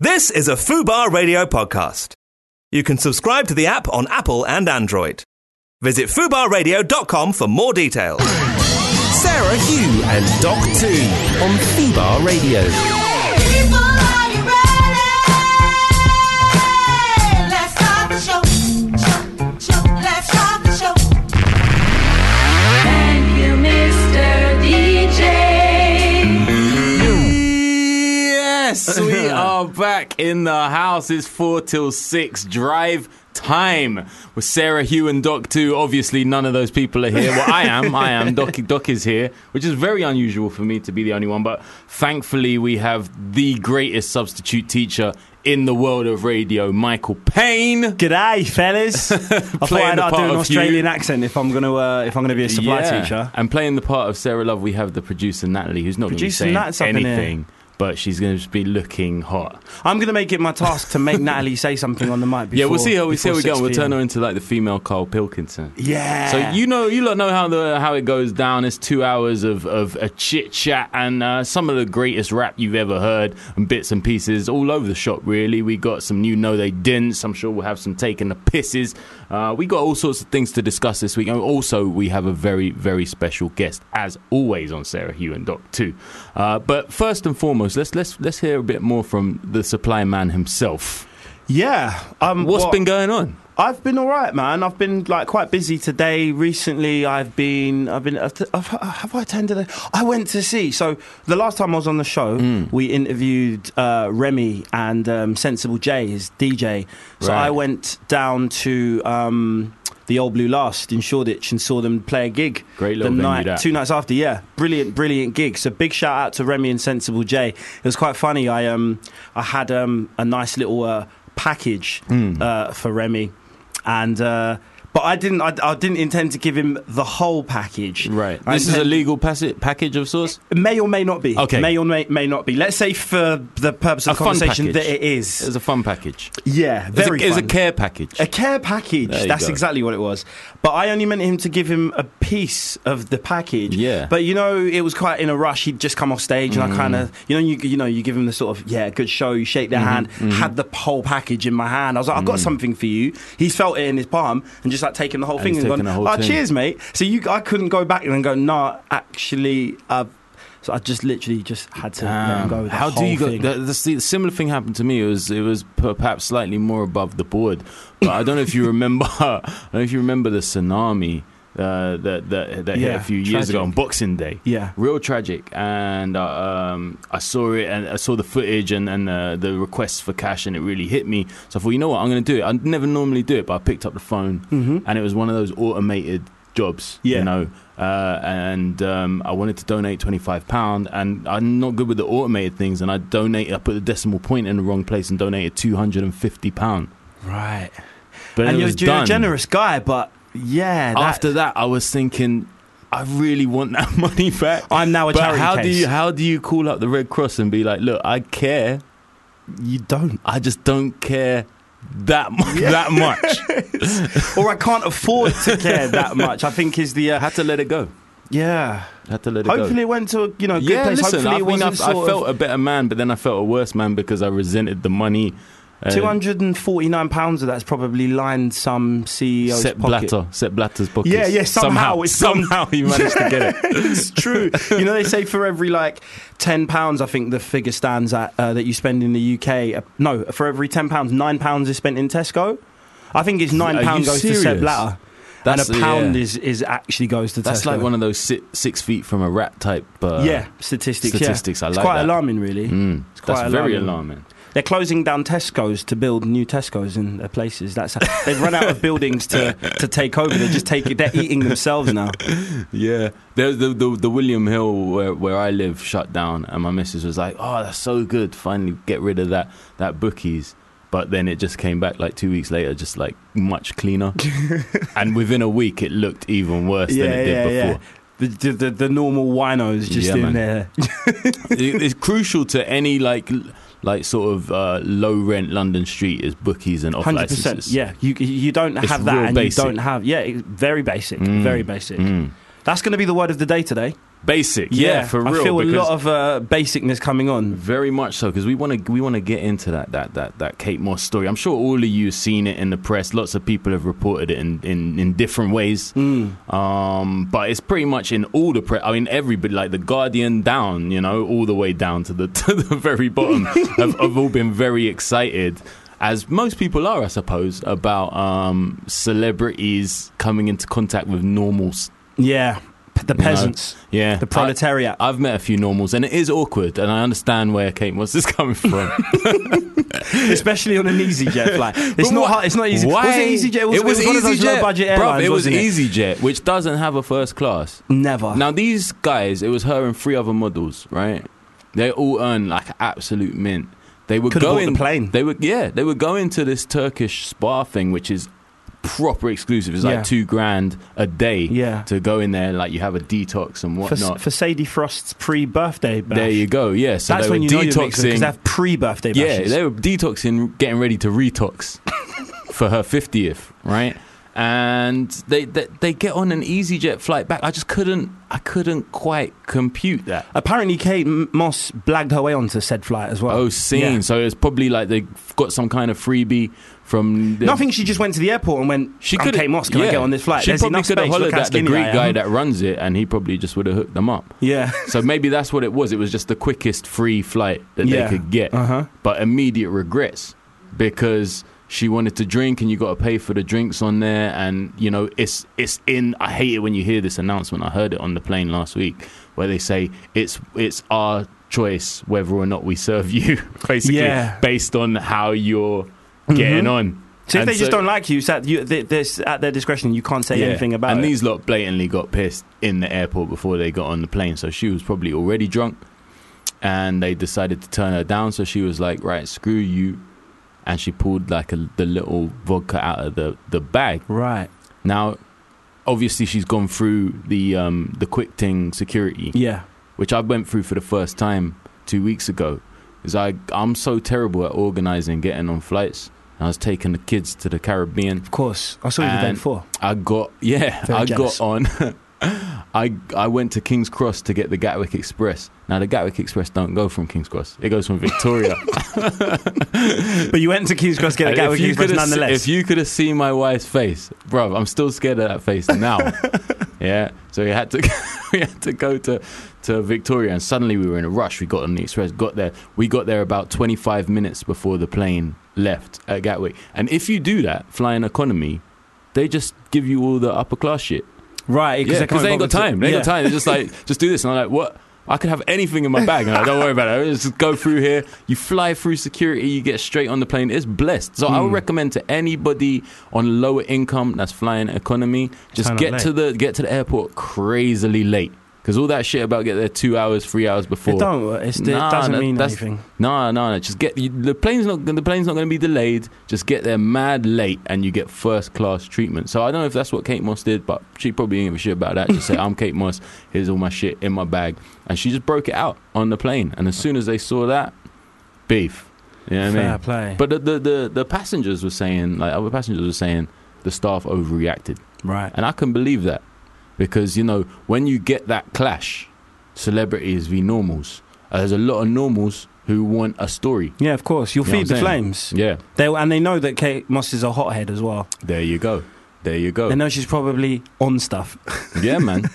This is a FUBAR Radio podcast. You can subscribe to the app on Apple and Android. Visit FUBARradio.com for more details. Sarah Hugh and Doc 2 on Fubar Radio. People, are you ready? Let's start the show. Show, show. Let's start the show. Thank you, Mr. DJ. Yes, we are back in the house. It's four till six drive time with Sarah, Hugh, and Doc. Too obviously, none of those people are here. Well, I am. I am. Doc, Doc is here, which is very unusual for me to be the only one. But thankfully, we have the greatest substitute teacher in the world of radio, Michael Payne. G'day, fellas. I thought Playing I'd, the I'd do part an of Australian you. accent if I'm gonna uh, if I'm gonna be a supply Yeah. teacher. And playing the part of Sarah Love, we have the producer Natalie, who's not going to be Producer saying Nat's up in here. anything, but she's going to be looking hot. I'm gonna make it my task to make Natalie say something on the mic. Before, yeah, we'll see how we see how we before go. We'll 6 turn her p.m. into like the female Carl Pilkington. Yeah. So you know, you lot know how the how it goes down. It's two hours of, of a chit chat and uh, some of the greatest rap you've ever heard, and bits and pieces all over the shop. Really, we got some new no they didn't. I'm sure we'll have some taking the pisses. Uh, we got all sorts of things to discuss this week, and also we have a very very special guest as always on Sarah Hugh and Doc too. Uh, but first and foremost, let's let's let's hear a bit more from the supply man himself. yeah. Um, What's what- been going on? I've been all right, man. I've been like quite busy today. Recently, I've been. I've been. I've, I've, have I attended? A, I went to see. So the last time I was on the show, Hmm. we interviewed uh, Remy and um, Sensible J, his DJ. So Right. I went down to. Um, the old blue last in Shoreditch and saw them play a gig. Great little the venue night, that. two nights after, yeah, brilliant, brilliant gig. So big shout out to Remy and Sensible J. It was quite funny. I um, I had um, a nice little uh, package Hmm. uh, for Remy, and uh, but I didn't, I, I didn't intend to give him the whole package. Right. I This is a intend- legal passi- package of sorts? may or may not be. Okay. May or may, may not be. Let's say for the purpose of A the fun conversation package. that it is. It's a fun package. Yeah, It's a, very. it's a fun. care package. A care package. There you That's go. exactly what it was. But I only meant him to give him a piece of the package. Yeah. Mm. But you know, it was quite in a rush. He'd just come off stage, and I kind of, you know, you you know, you give him the sort of yeah, good show. You Mm-hmm, shake their hand. Had the whole package in my hand. I was like, I've got something for you. He's felt it in his palm, and just like taking the whole Mm. And thing he's and taken the gone, whole oh, thing. cheers, mate. So you, I couldn't go back and go, nah, actually, uh, so I just literally just had to let him go. With the Um, How do whole you go? thing. The, the, see, the similar thing happened to me. It was it was per- perhaps slightly more above the board, but I don't know if you remember. I don't know if you remember the tsunami. Uh, that that, that hit Yeah, a few years ago tragic. on Boxing Day. Yeah. real tragic. And uh, um, I saw it, and I saw the footage and and uh, the requests for cash, and it really hit me. So I thought, you know what, I'm going to do it. I never normally do it, but I picked up the phone, and it was one of those automated jobs. Mm-hmm. Yeah. you know, uh, and um, I wanted to donate twenty five pound, and I'm not good with the automated things, and I donate, I put the decimal point in the wrong place and donated two hundred and fifty pound. right. But and it you're, was you're a done. generous guy, but yeah, that- After that, I was thinking, I really want that money back. I'm now a but charity how do case. you how do you call up the Red Cross and be like, look, I care, you don't, I just don't care that mu- that much. or I can't afford to care that much. I think is the I uh, had to let it go. yeah. had to let it go. Hopefully, it went to a, you know a good yeah, place. listen, Hopefully, I, it mean, I, wasn't I sort felt a better man, but then I felt a worse man because I resented the money. Uh, two hundred and forty nine pounds of that's probably lined some CEO's Set pocket. Blatter, Set Blatter's pockets. Yeah, yeah, somehow it's gone- somehow he managed to get it. it's true. You know, they say for every like ten pounds, I think the figure stands at uh, that you spend in the UK. Uh, no, for every ten pounds, nine pounds is spent in Tesco. I think it's nine Are pounds you goes to Seb serious? Blatter, That's- and a pound yeah. is, is actually goes to That's Tesco. like one of those six, six feet from a rat type. Uh, yeah statistics. yeah. statistics, I it's like quite that. alarming, really. mm, It's quite that's very alarming. alarming. They're closing down Tesco's to build new Tesco's in their places. That's they've run out of buildings to, to take over. They're just taking. They're eating themselves now. Yeah, there's the, the the William Hill where where I live shut down, and my missus was like, "Oh, that's so good! Finally, get rid of that that bookies." But then it just came back like two weeks later, just like much cleaner, and within a week it looked even worse than it did before. The, the, the, the normal winos just Yeah, in man. there. it- it's crucial to any like l- like sort of uh, low rent London street is bookies and off Hundred percent. licenses. Yeah, you you don't It's have that, real and basic. Mm. you don't have yeah, it's very basic, very basic. That's going to be the word of the day today. Basic, yeah, for real. I feel a because- lot of uh, basicness coming on. Very much so, because we want to we want to get into that that that that Kate Moss story. I'm sure all of you have seen it in the press. Lots of people have reported it in in, in different ways. Hmm. Um, but it's pretty much in all the press. I mean, everybody, like the Guardian down, you know, all the way down to the to the very bottom, have, have all been very excited. As most people are, I suppose, about um, celebrities coming into contact with normals. Yeah, P- the peasants, Yeah, the proletariat. I, have met a few normals, and it is awkward, and I understand where Kate Moss is coming from. especially on an EasyJet flight. It's not what- hard, it's not easy. Was it EasyJet? Was, it was, one of those low budget Bruv, airlines. it was wasn't EasyJet, which doesn't have a first class. Never. Now these guys, it was her and three other models, right? They all earn like absolute mint. They were Coulda bought the going plane. They were yeah, they were going to this Turkish spa thing, which is proper exclusive. It's Yeah. like two grand a day Yeah. to go in there. Like you have a detox and for, whatnot. for Sadie Frost's pre-birthday bash. there you go. Yeah, so That's they when were you know you're mixing because detoxing. they have pre-birthday Yeah, bashes. they were detoxing, getting ready to retox for her 50th, right? And they, they they get on an EasyJet flight back. I just couldn't I couldn't quite compute that. Apparently, Kate M- Moss blagged her way onto said flight as well. Oh, scene. Yeah. So it's probably like they got some kind of freebie from the, Nothing. She just went to the airport and went. She I'm coulda- Kate Moss. Can I yeah. get on this flight? She There's probably enough coulda space. Look hollered at how the skinny I Greek am." guy that runs it, and he probably just would have hooked them up. Yeah. So maybe that's what it was. It was just the quickest free flight that Yeah. they could get. Uh-huh. But immediate regrets because she wanted to drink and you got to pay for the drinks on there. And, you know, it's, it's in. I hate it when you hear this announcement. I heard it on the plane last week where they say it's, it's our choice whether or not we serve you, basically, Yeah. Mm-hmm. based on how you're getting on. So if And they just don't like you, it's at, you they, they're s- at their discretion. You can't say yeah. anything about and it. these lot blatantly got pissed in the airport before they got on the plane. So she was probably already drunk and they decided to turn her down. So she was like, right, screw you. And she pulled like a, the little vodka out of the, the bag. right. Now, obviously, she's gone through the, um, the quick ting security Yeah. which I went through for the first time two weeks ago, is I I'm so terrible at organising getting on flights. I was taking the kids to the Caribbean. Of course. I saw you the day And- before. I got yeah, Very I jealous. got on. I I went to King's Cross to get the Gatwick Express. Now the Gatwick Express don't go from King's Cross; it goes from Victoria. But you went to King's Cross to get a And Gatwick Express coulda se- nonetheless. if you could have seen my wife's face, bro, I'm still scared of that face now. yeah, so we had to we had to go to to Victoria, and suddenly we were in a rush. We got on the express, got there. We got there about 25 minutes before the plane left at Gatwick. And if you do that, flying economy, they just give you all the upper class shit. right. Yeah, because they ain't got time. They ain't got time. They're just like, just do this. And I'm like, what? I could have anything in my bag. And I don't worry about it. I Just go through here. You fly through security. You get straight on the plane. It's blessed. So Hmm. I would recommend to anybody on lower income that's flying economy, just Turn up get late. to the get to the airport crazily late. Because all that shit about get there two hours, three hours before. It don't. work. It's, Nah, it doesn't that- mean that's- anything. No, no, no. Just get you, the plane's not the plane's not going to be delayed. Just get there mad late, and you get first class treatment. So I don't know if that's what Kate Moss did, but she probably didn't give a shit about that. She said, "I'm Kate Moss. Here's all my shit in my bag," and she just broke it out on the plane. And as soon as they saw that, beef. You know what I Fair mean? play. But the, the the the passengers were saying, like other passengers were saying, the staff overreacted. right. And I can believe that because, you know, when you get that clash, celebrities v normals, uh, there's a lot of normals who want a story. Yeah, of course. You'll You know what feed the I'm saying? flames. Yeah, They and they know that Kate Moss is a hothead as well. there you go. There you go. They know she's probably on stuff. yeah, man.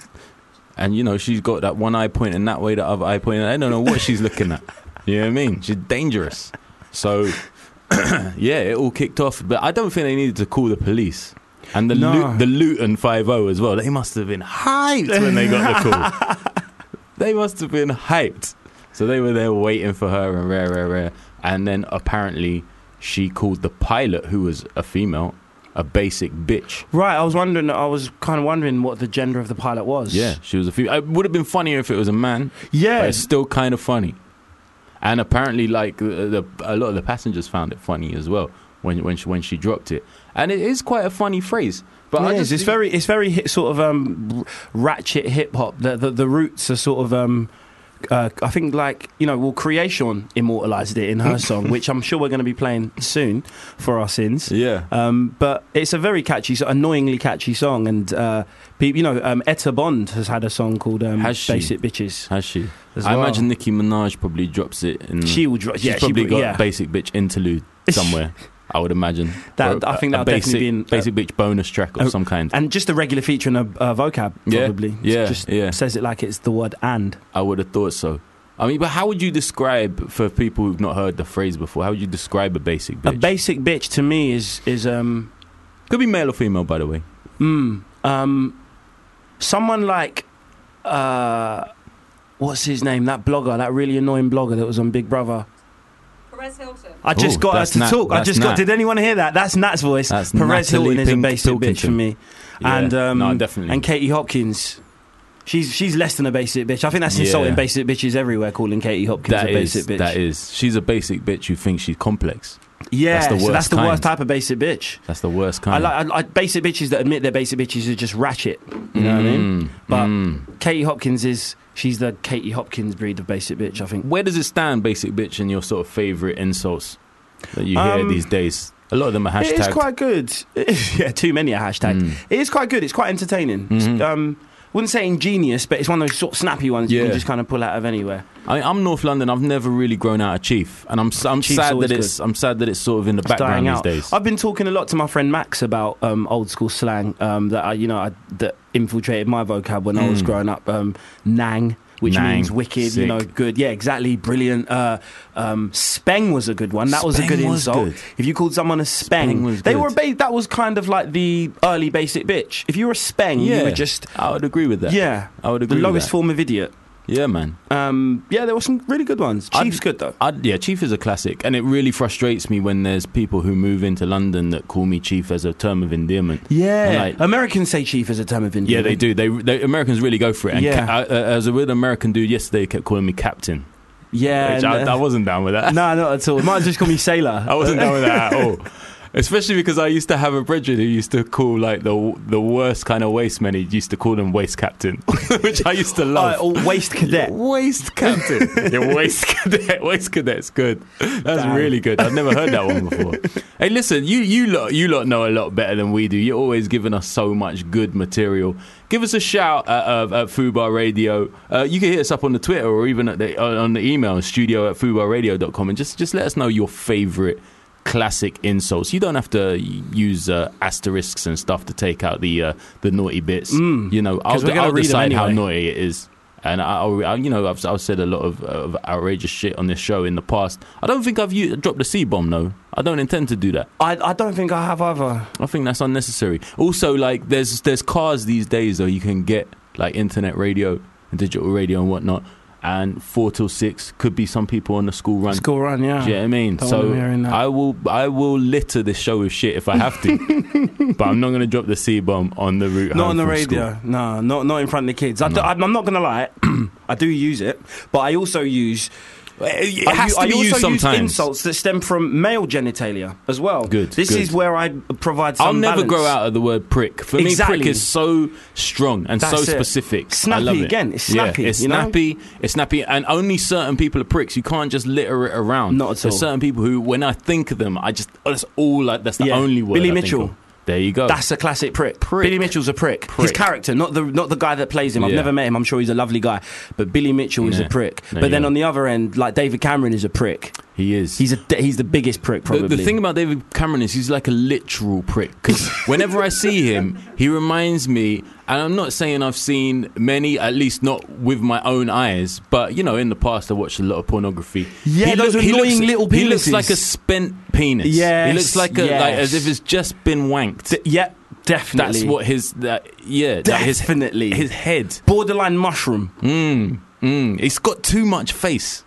And, you know, she's got that one eye pointing that way, the other eye pointing. I don't know what she's looking at. You know what I mean? She's dangerous. So, yeah, it all kicked off. But I don't think they needed to call the police. And the, No. Lu- the Luton 5 0 as well. They must have been hyped when they got the call. They must have been hyped. So they were there waiting for her and rare, rare, rare. And then apparently she called the pilot, who was a female, a basic bitch. Right. I was wondering. I was kind of wondering what the gender of the pilot was. Yeah, she was a female. It would have been funnier if it was a man, but Yeah. it's still kind of funny. And apparently, like the, the, a lot of the passengers found it funny as well when when she, when she dropped it. And it is quite a funny phrase. But I It just, is. It's very, it's very hit, sort of um, r- ratchet hip hop. The, the the roots are sort of um, uh, I think like you know, well, Creation immortalized it in her song, which I'm sure we're going to be playing soon for our sins. Yeah. Um, but it's a very catchy, so- annoyingly catchy song, and uh, peop you know, um, Etta Bond has had a song called um, Has she? "Basic Bitches." Has she? As I well. imagine Nicki Minaj probably drops it. In, She will drop. she's Yeah, she probably would- got yeah. a basic bitch interlude somewhere. I would imagine. That- Or I think a that'll basic, definitely be in- basic bitch bonus track of uh, some kind. and just a regular feature in a, a vocab, Yeah, probably. yeah, just yeah. says it like it's the word "and." I would have thought so. I mean, but how would you describe for people who've not heard the phrase before? How would you describe a basic bitch? A basic bitch to me is is um Could be male or female, by the way. Mm. Um, someone like, uh, what's his name? That blogger, that really annoying blogger that was on Big Brother. Perez Hilton. I just Ooh, got us that's to Nat- talk. I that's just Nat. got. Did anyone hear that? That's Nat's voice. That's Perez Natalie Hilton is a Pink basic bitch for Pilkington. me, and Yeah. um, no, definitely. and Katie Hopkins. She's she's less than a basic bitch. I think that's Yeah. insulting basic bitches everywhere. Calling Katie Hopkins that a is basic bitch. that is. She's a basic bitch who thinks she's complex. yeah, that's the so worst that's the kind. worst type of basic bitch. That's the worst kind. I like I, I, basic bitches that admit they're basic bitches are just ratchet. You know what I Mm. mean? But Katie Hopkins is she's the Katie Hopkins breed of basic bitch. I think. Where does it stand, basic bitch, and your sort of favorite insults that you hear Um, these days? A lot of them are hashtags. It is quite good. Hmm. yeah, too many a hashtag. It is quite good. It's quite entertaining. Um, wouldn't say ingenious, but it's one of those sort of snappy ones you Yeah. can just kind of pull out of anywhere. I mean, I'm North London. I've never really grown out of Chief, and I'm s- I'm Chief's sad that always it's I'm sad that it's sort of in the It's background dying these out. days. I've been talking a lot to my friend Max about um, old school slang um, that I, you know I, that infiltrated my vocab when I was growing up. Um, nang. Which Hmm. Nang. means wicked, you know, Sick. good. Yeah, exactly. Brilliant. Uh, um, speng was a good one. That was a good Speng was insult. good. If you called someone a speng, Speng was they good. were ba- that was kind of like the early basic bitch. If you were a speng, you were just I would agree with that. yeah, I would the agree. with lowest that. form of idiot. Yeah, man. Um, yeah, there were some really good ones. I'd- Chief's good though. I'd, yeah, Chief is a classic, and it really frustrates me when there's people who move into London that call me Chief as a term of endearment. And, Yeah, like, Americans say chief as a term of yeah, endearment. they do. They, they Americans really go for it. And Yeah. ca- I, uh, as a weird American dude yesterday kept calling me Captain, Yeah, which and, I, I uh, wasn't down with that. no, not at all. Might as just call me Sailor. I wasn't down with that at all. Especially because I used to have a brethren who used to call like the the worst kind of waste men. He used to call them waste captain, which I used to Uh, love. or waist cadet. waste captain, yeah, waste cadet, waist cadet's good. That's Damn. really good. I've never heard that one before. hey, listen, you you lot you lot know a lot better than we do. You're always giving us so much good material. Give us a shout at, uh, at Fubar Radio. Uh, you can hit us up on the Twitter or even at the, uh, on on the email studio at fubarradio.com and just just let us know your favorite classic insults. You don't have to use uh, asterisks and stuff to take out the uh, the naughty bits. You know, I'll, 'Cause we're de- gonna I'll read 'em decide how anyway. naughty it is. And I, I'll, I, you know, I've, I've said a lot of, of outrageous shit on this show in the past. I don't think I've u dropped the C bomb though. I don't intend to do that. I, I don't think I have either. I think that's unnecessary. Also, like, there's there's cars these days though you can get like internet radio and digital radio and whatnot. And four till six could be some people on the school run. School run, yeah. Do you know what I mean? Don't want so them hearing that. I will I will litter this show with shit if I have to, but I'm not going to drop the C bomb on the route. Not home on the from school. radio. No, not not in front of the kids. I do, I'm not going to lie. I do use it, but I also use. Uh, It I has u- I to be also used sometimes. Use insults that stem from male genitalia as well. Good, This good. is where I provide. Some I'll never balance. grow out of the word prick. For me, prick Exactly. is so strong and so That's it. specific. Snappy I love it. again, it's snappy, Yeah, it's you know? snappy. It's snappy, and only certain people are pricks. You can't just litter it around. Not at There's all. certain people who, when I think of them, I just oh, that's all. Like, that's the Yeah. only word. Billy I think Mitchell. of. There you go. That's a classic prick. Prick. Billy Mitchell's a prick. His Prick. character, not the not the guy that plays him. I've Yeah. never met him. I'm sure he's a lovely guy, but Billy Mitchell is Yeah. a prick. There you but then go. on the other end, like David Cameron is a prick. he is. He's a he's the biggest prick The- probably. The, thing about David Cameron is he's like a literal prick. 'Cause whenever I see him, he reminds me, and I'm not saying I've seen many, at least not with my own eyes, but you know, in the past I watched a lot of pornography. Yeah, those annoying little He looks penises. like a spent penis. he Yes, looks like a like as yes. if it's just been wanked. D- yep, definitely. That's what his that yeah that his Definitely. his head. borderline mushroom. Mm, mm. It's got too much face.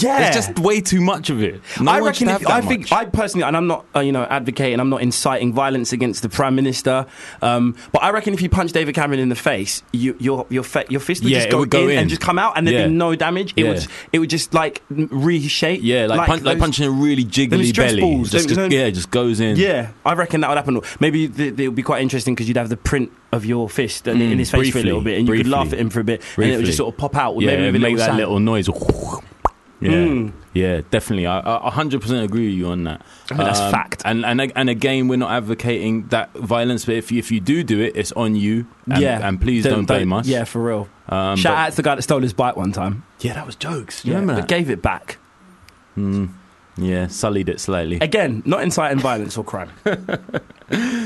yeah. There's just way too much of it. No I one should reckon. have If, that I think. much. I personally, and I'm not, uh, you know, advocating. I'm not inciting violence against the prime minister. Um, but I reckon if you punch David Cameron in the face, you, your your fa- your fist would Yeah, just it go, would go in, in. and just come out, and there'd be Yeah. no damage. It Yeah. would. It would just like n- reshape. yeah, like, punch, like those- punching a really jiggly stress belly. balls, just, don't- don't- yeah, just goes in. Yeah, I reckon that would happen. Maybe th- it would be quite interesting because you'd have the print of your fist in- in his face for a Mm, briefly, little bit, and you could briefly. laugh at him for a bit, and it would Briefly. just sort of pop out. yeah, maybe with a make that sound. little noise. Yeah, Mm. yeah, definitely. I- I hundred percent agree with you on that. Um, I think that's fact. And and ag- and again, we're not advocating that violence, but if you, if you do do it, it's on you. And, yeah, and please don't, blame us. Yeah, for real. um, Shout but- out to the guy that stole his bike one time. yeah, that was jokes. You Yeah, remember but that? gave it back. Mm. Yeah, sullied it slightly. Again, not inciting violence or crime.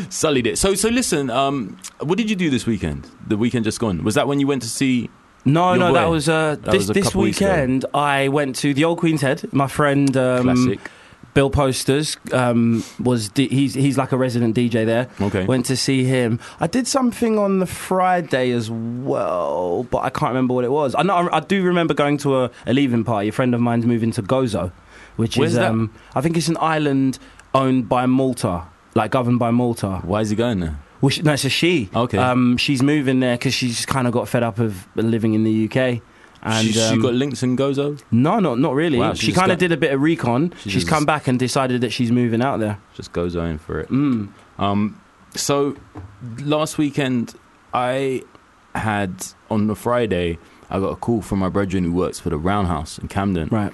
sullied it. So so listen. Um, what did you do this weekend? The weekend just gone. Was that when you went to see? No, Your no, boy. that was uh, That this was a this couple weeks ago. weekend. I went to the Old Queen's Head. My friend um, Classic. Bill Posters um, was D- he's he's like a resident DJ there. Okay. Went to see him. I did something on the Friday as well, but I can't remember what it was. I know I, I do remember going to a, a leaving party. A friend of mine's moving to Gozo, which Where's is that? um, I think it's an island owned by Malta, like governed by Malta. Why is he going there? Well, she, no, it's a she. Okay. Um, she's moving there because she's kind of got fed up of living in the UK. And she, she um, got links in Gozo. no, not not really. Wow, she she just kind got- of did a bit of recon. She she's just- come back and decided that she's moving out there. Just Gozo in for it. Mm. Um, so last weekend, I had on the Friday, I got a call from my brethren who works for the Roundhouse in Camden, Right.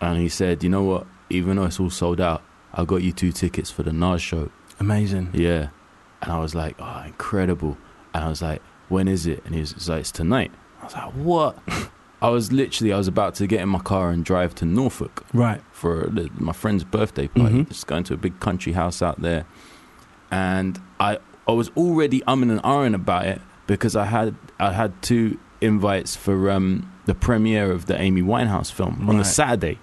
and he said, "You know what? Even though it's all sold out, I got you two tickets for the Nas show." Amazing. Yeah, and I was like, "Oh, incredible!" And I was like, "When is it?" And he was, he was like, "It's tonight." I was like, "What?" I was literally, I was about to get in my car and drive to Norfolk Right. for the, my friend's birthday party. Mhm. Just going to a big country house out there, and I I was already umming and ahhing about it because I had I had two invites for um, the premiere of the Amy Winehouse film on the Right. Saturday,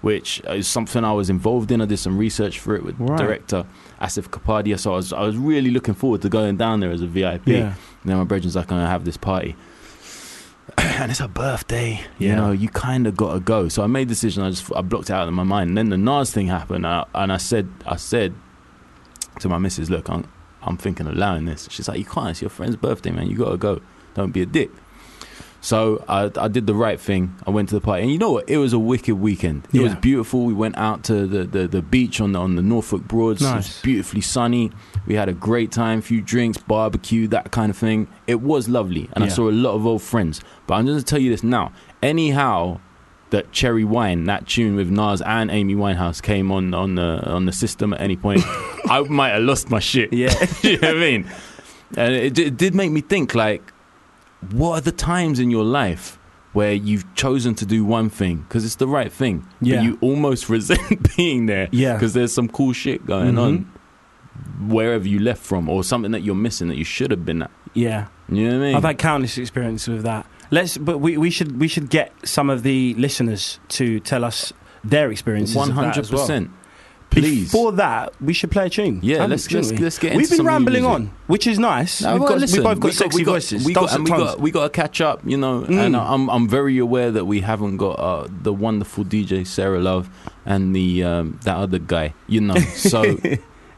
which is something I was involved in. I did some research for it with Right. director Asif Kapadia, so I was I was really looking forward to going down there as a VIP. Yeah. And then my brethren's like, I'm gonna have this party. and it's her birthday. You Yeah. know, you kind of gotta go. So I made the decision. I just I blocked it out of my mind. And then the Nas thing happened, and I, and I said, I said to my missus, look, I'm, I'm thinking of allowing this. She's like, you can't. It's your friend's birthday, man. You gotta go. Don't be a dick. So I, I did the right thing. I went to the party, and you know what? It was a wicked weekend. It was Yeah. beautiful. We went out to the, the, the beach on the on the Norfolk Broads. It was Nice. beautifully sunny. We had a great time, few drinks, barbecue, that kind of thing. It was lovely, and I Yeah. saw a lot of old friends. But I'm just gonna tell you this now. Anyhow, that Cherry Wine, that tune with Nas and Amy Winehouse, came on on the on the system at any point. I might have lost my shit. Yeah. you know what I mean? And it, di- it did make me think like, what are the times in your life where you've chosen to do one thing because it's the right thing, Yeah. but you almost resent being there Yeah. Mm-hmm. because there's some cool shit going on wherever you left from or something that you're missing that you should have been at. Yeah. You know what I mean? I've had countless experiences with that. Let's, but we, we should we should get some of the listeners to tell us their experiences. One hundred percent. Please. Before that, we should play a tune. Yeah, haven't- let's- shouldn't let's- we? let's get We've into been some new rambling music. on, which is nice. No, we've, well, got, listen, we both got we sexy we got, voices. We got, dulcet and we tones. got, we got to catch up, you know. And Mm. I'm, I'm very aware that we haven't got uh, the wonderful DJ Sarah Love and the um, that other guy, you know. So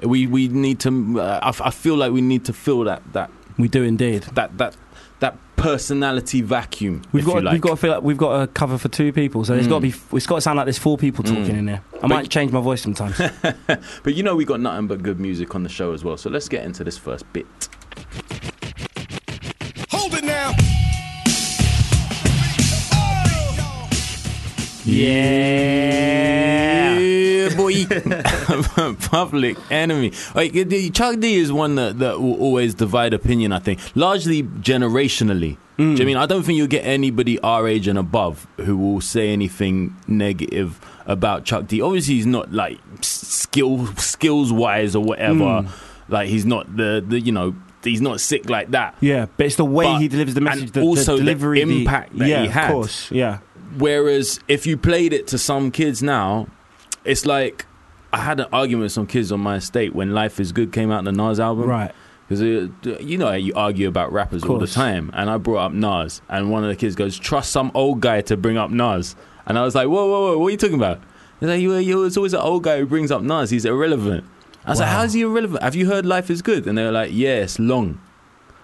we we need to. Uh, I, f- I feel like we need to fill that that We do indeed. that that that personality vacuum. We've if got you like. Hmm. we've got to feel like we've got a cover for two people, so it's got to be it's got to sound like there's four people talking in there. I might change my voice sometimes. But you know, we got nothing but good music on the show as well. So let's get into this first bit. Hold it now. Yeah, boy. Public enemy. Like, uh, the- Chuck D is one that, that will always divide opinion, I think, largely generationally. Do you know what I mean? I don't think you'll get anybody our age and above who will say anything negative about Chuck D. Obviously, he's not like s- skill skills wise or whatever. Like, he's not the, the, you know, he's not sick like that. yeah, but it's the way But- he delivers the and message, the, also the the delivery, impact that yeah, he had. of course, yeah, Whereas if you played it to some kids now, it's like I had an argument with some kids on my estate when Life Is Good came out the Nas album, right. Because you know how you argue about rappers all the Course. time, and I brought up Nas, and one of the kids goes, "Trust some old guy to bring up Nas." And I was like, whoa, whoa, whoa, what are you talking about? He's like, you, you, it's always an old guy who brings up Nas. He's irrelevant. I was like, how is he irrelevant? Have you heard Life is Good? And they were like, yeah, it's long.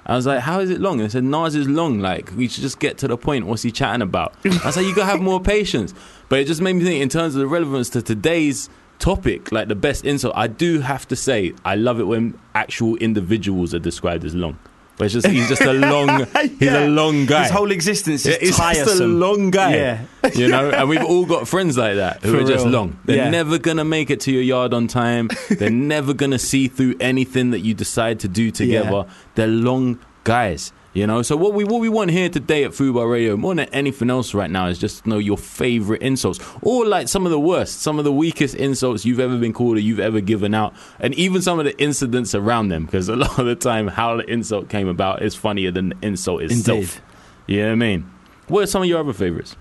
I was like, how is it long? And they said, Nas is long. Like, we should just get to the point. What's he chatting about? I was like, you gotta have more patience. But it just made me think, in terms of the relevance to today's topic, like the best insult, I do have to say, I love it when actual individuals are described as long. But it's just, he's just a long, he's Yeah. a long guy. His whole existence Yeah, is it's tiresome. just a long guy. Yeah. You know, and we've all got friends like that who For are just real. long. They're Yeah. never going to make it to your yard on time. They're never going to see through anything that you decide to do together. They're long guys. You know, so what we what we want here today at Fubar Radio, more than anything else right now, is just to know your favorite insults, or like some of the worst, some of the weakest insults you've ever been called or you've ever given out, and even some of the incidents around them. Because a lot of the time, how the insult came about is funnier than the insult itself. Indeed. You know what I mean? What are some of your other favorites?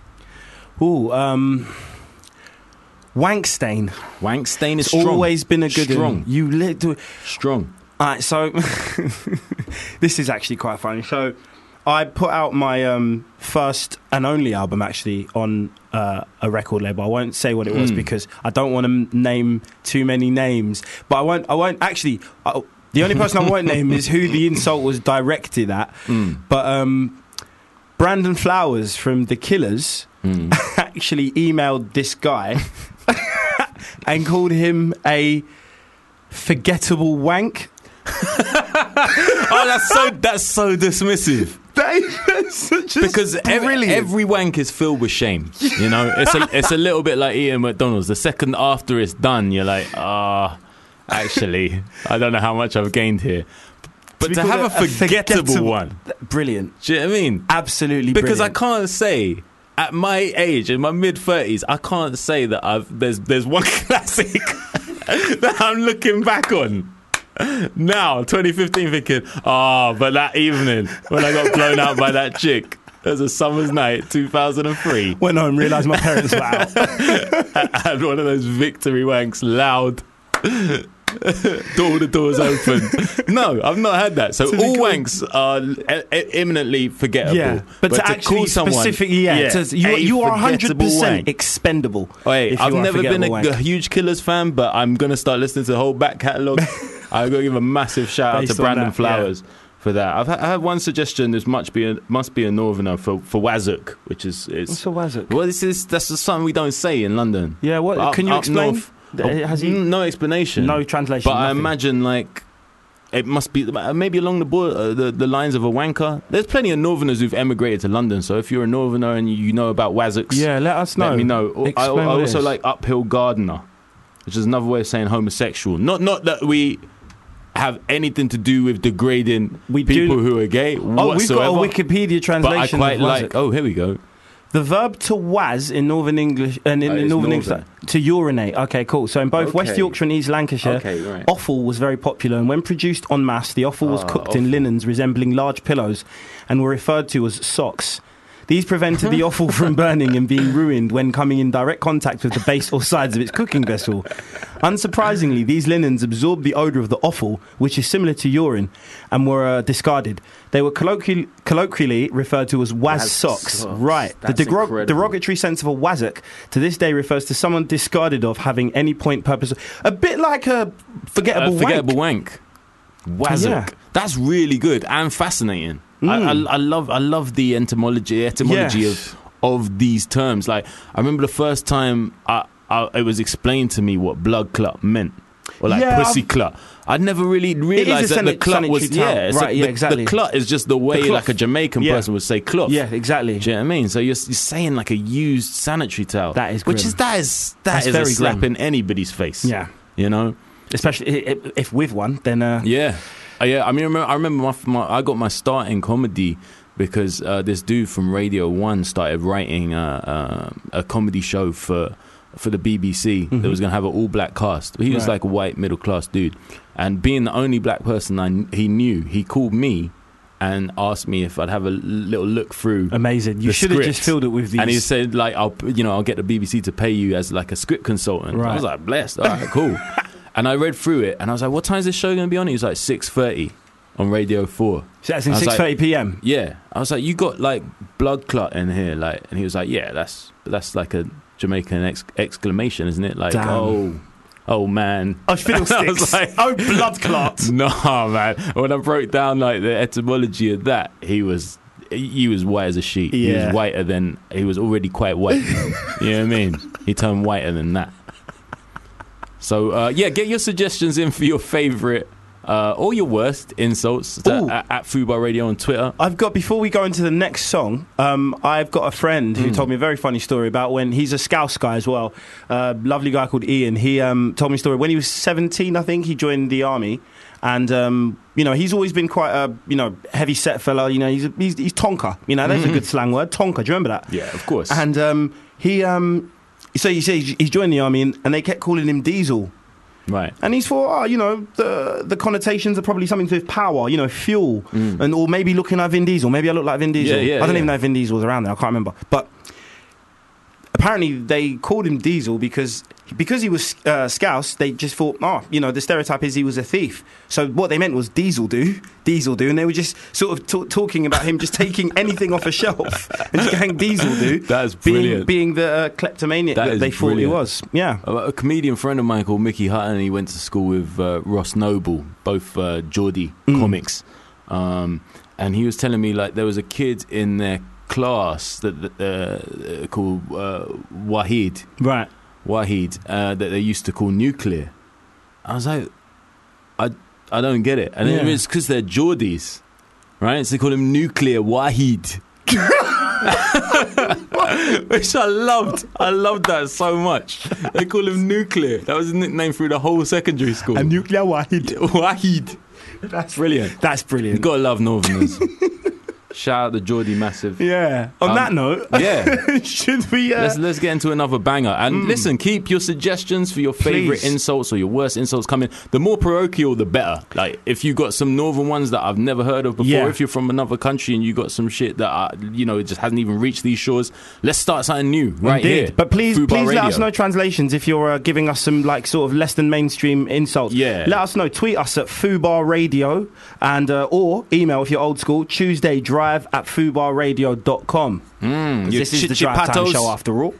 Ooh, um, Wankstein. Wank stain is It's strong. always been a good Strong. one. You lit. strong. All right, Uh, so this is actually quite funny. So I put out my um, first and only album actually on uh, a record label. I won't say what it was because I don't want to name too many names. But I won't. I won't actually. I, the only person I won't name is who the insult was directed at. But um, Brandon Flowers from The Killers actually emailed this guy and called him a forgettable wank. Oh, that's so that's so dismissive That is such a because every, brilliant. every wank is filled with shame. You know, it's a it's a little bit like eating McDonald's. The second after it's done, you're like, ah, actually, I don't know how much I've gained here. But to, be have called a a- a forgettable, forgettable- one, brilliant, do you know what I mean? absolutely because I brilliant. can't say at my age in my mid thirties I can't say that I've there's there's one classic that I'm looking back on now 2015 thinking ah but that evening when I got blown out by that chick it was a summer's night 2003 went home, realised my parents were out. I had one of those victory wanks loud. Door the doors open. no, I've not had that. So, all called- wanks are i- i- eminently forgettable. Yeah, but, to, actually call someone specifically, yeah, it says you, a you are hundred forgettable percent wank. expendable. Wait, if you I've are never been a, forgettable wank. a huge Killers fan, but I'm gonna start listening to the whole back catalogue. I've got to give a massive shout out to Based on Brandon that, Flowers for that. I've had, I had one suggestion. This much be a, must be a northerner for for Wazuk, which is it's, What's a Wazuk? Well, this is that's just something we don't say in London. Yeah, what- Up- can you up explain? north- Th- has he- no explanation? No translation, But I nothing. imagine like. It must be uh, maybe along the, board, uh, the the lines of a wanker. There's plenty of Northerners who've emigrated to London. So if you're a Northerner and you know about Wazuks, yeah, let us know. let me know. I, I Explain what it also is. like uphill gardener, which is another way of saying homosexual. Not not that we have anything to do with degrading We do- people who are gay Oh, whatsoever. we've got a Wikipedia but I translation. quite of Wazuk. like. Oh, here we go. the verb to was in Northern English and in, Oh, in it's Northern northern. English to urinate. Okay, cool. So in both West Okay. Yorkshire and East Lancashire, Okay, right. offal was very popular, and when produced en masse, the offal was Ah, cooked offal. in linens resembling large pillows, and were referred to as socks. These prevented the offal from burning and being ruined when coming in direct contact with the base or sides of its cooking vessel. Unsurprisingly, these linens absorbed the odour of the offal, which is similar to urine, and were uh, discarded. They were colloquially, colloquially referred to as was Waz socks. socks. Right. That's the derog- incredible. derogatory sense of a wazzock to this day refers to someone discarded of having any point, purpose. A bit like a Uh, forgettable, forgettable wank. wank. Wazuk. Yeah. Mm. That's really good and fascinating. I, I, I love I love the entomology etymology Yes. of of these terms. Like I remember the first time I, I it was explained to me what blood clot meant. Or like Yeah, pussy clot. I'd never really realised that the sanit- clot was sanitary term. yeah, it's Right, a- yeah, the, exactly. The clot is just the way cloth. like a Jamaican Yeah. person would say cloth. Yeah, exactly. Do you know what I mean? So you're, you're saying like a used sanitary towel. That is which grim. is that is That's that's very a slap grim. in anybody's face. Yeah. you know. Especially i- i- if with one, then uh, Yeah, Uh, yeah. I mean, I remember, I, remember my, my I got my start in comedy because uh, this dude from Radio One started writing uh, uh, a comedy show for for the BBC that was going to have an all black cast. He was Right. like a white middle class dude, and being the only black person I kn- he knew, he called me and asked me if I'd have a l- little look through amazing. You the should have just script. filled it with these. And he said, like, I'll, you know, I'll get the BBC to pay you as like a script consultant. I Right. was like, blessed. All right, cool. and I read through it, and I was like, what time's this show going to be on? He was like, six thirty. on Radio Four. So that's in I was like- 6:30 p.m. Yeah, I was like, you got like blood clot in here, like, and he was like, yeah, that's but that's like a Jamaican ex- exclamation, isn't it? Like, Damn. oh, oh man, Oh, fiddlesticks. I was like- oh, blood clot. nah, man. When I broke down like the etymology of that, he was he was white as a sheet. He Yeah. was whiter than he was already quite white. you know what I mean? He turned whiter than that. So uh, yeah, get your suggestions in for your favorite. Uh, or your worst insults to, Ooh. at, at Fubar Radio on Twitter. I've got before we go into the next song. Um, I've got a friend who told me a very funny story about when he's a Scouse guy as well. Uh, lovely guy called Ian. He um, told me a story when he was seventeen. I think he joined the army, and um, you know he's always been quite a you know heavy set fella. You know he's a, he's, he's tonka. You know that's a good slang word. Tonka. Do you remember that? Yeah, of course. And um, he um, so you say he's joined the army, and, and they kept calling him Diesel. right. And he's for, oh, you know, the the connotations are probably something to do with power, you know, fuel, and or maybe looking like Vin Diesel. Maybe I look like Vin Diesel. Mm. Yeah, yeah, I yeah. don't even know if Vin Diesel was around then. I can't remember. But apparently they called him Diesel because because he was uh, Scouse. They just thought, oh, you know, the stereotype is he was a thief. So what they meant was Diesel do, Diesel do, and they were just sort of ta- talking about him just taking anything off a shelf and just going Diesel do. That is being, brilliant. being the uh, kleptomaniac That that, is they thought brilliant. he was. Yeah. A a comedian friend of mine called Mickey Hutton. He went to school with uh, Ross Noble, both uh, Geordie comics. Um, and he was telling me like there was a kid in their class that, that uh, uh, called uh, Wahid, Right. Wahid uh, that they used to call nuclear. I was like, I I don't get it. And Yeah. it's because they're Geordies, right? So they call him nuclear Wahid. Which I loved. I loved that so much. They call him Nuclear. That was his nickname through the whole secondary school. nuclear wahid. Wahid. That's Brilliant. That's brilliant. Gotta love Northerners. Shout out to Geordie Massive. Yeah. On Um, that note, yeah. should we? Uh, Let's, let's get into another banger. And listen, keep your suggestions for your favorite Mm. Please. insults or your worst insults coming. The more parochial, the better. Like, if you got some northern ones that I've never heard of before, Yeah. if you're from another country and you got some shit that, I, you know, it just hasn't even reached these shores, let's start something new right Indeed. here. But please, Fubar please let Radio. us know translations if you're uh, giving us some like sort of less than mainstream insults. Yeah. Let us know. Tweet us at Fubar Radio and uh, or email if you're old school. Tuesday Drive at FubarRadio.com. Mm, Hmm, you this is the Drive Time chichipatos. Show after all.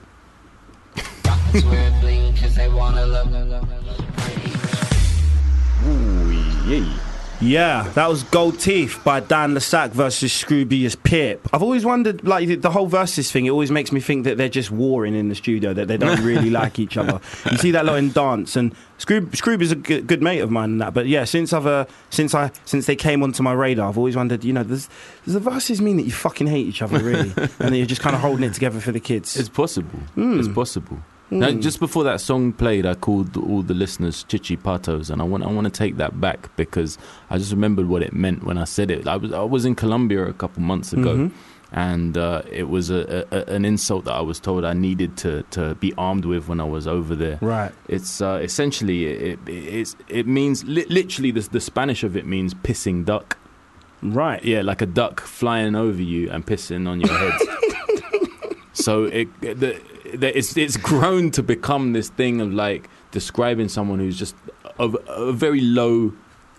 Yeah, that was Gold Teeth by Dan Lesac versus Scroobius Pip. I've always wondered, like, the- the whole versus thing, it always makes me think that they're just warring in the studio, that they don't really like each other. You see that lot in dance, and Scroob, Scroob is a g- good mate of mine and that, but yeah, since I've, uh, since I, since they came onto my radar, I've always wondered, you know, does, does the verses mean that you fucking hate each other, really? and that you're just kind of holding it together for the kids? It's possible. It's possible. Now, just before that song played, I called all the listeners chichipatos, and I want I want to take that back because I just remembered what it meant when I said it. I was I was in Colombia a couple months ago, and uh, it was a, a, a- an insult that I was told I needed to to be armed with when I was over there. right. It's uh, essentially it it, it's, it means li- literally the the Spanish of it means pissing duck. Right. Yeah, like a duck flying over you and pissing on your head. so it, the, the, it's it's grown to become this thing of like describing someone who's just of a very low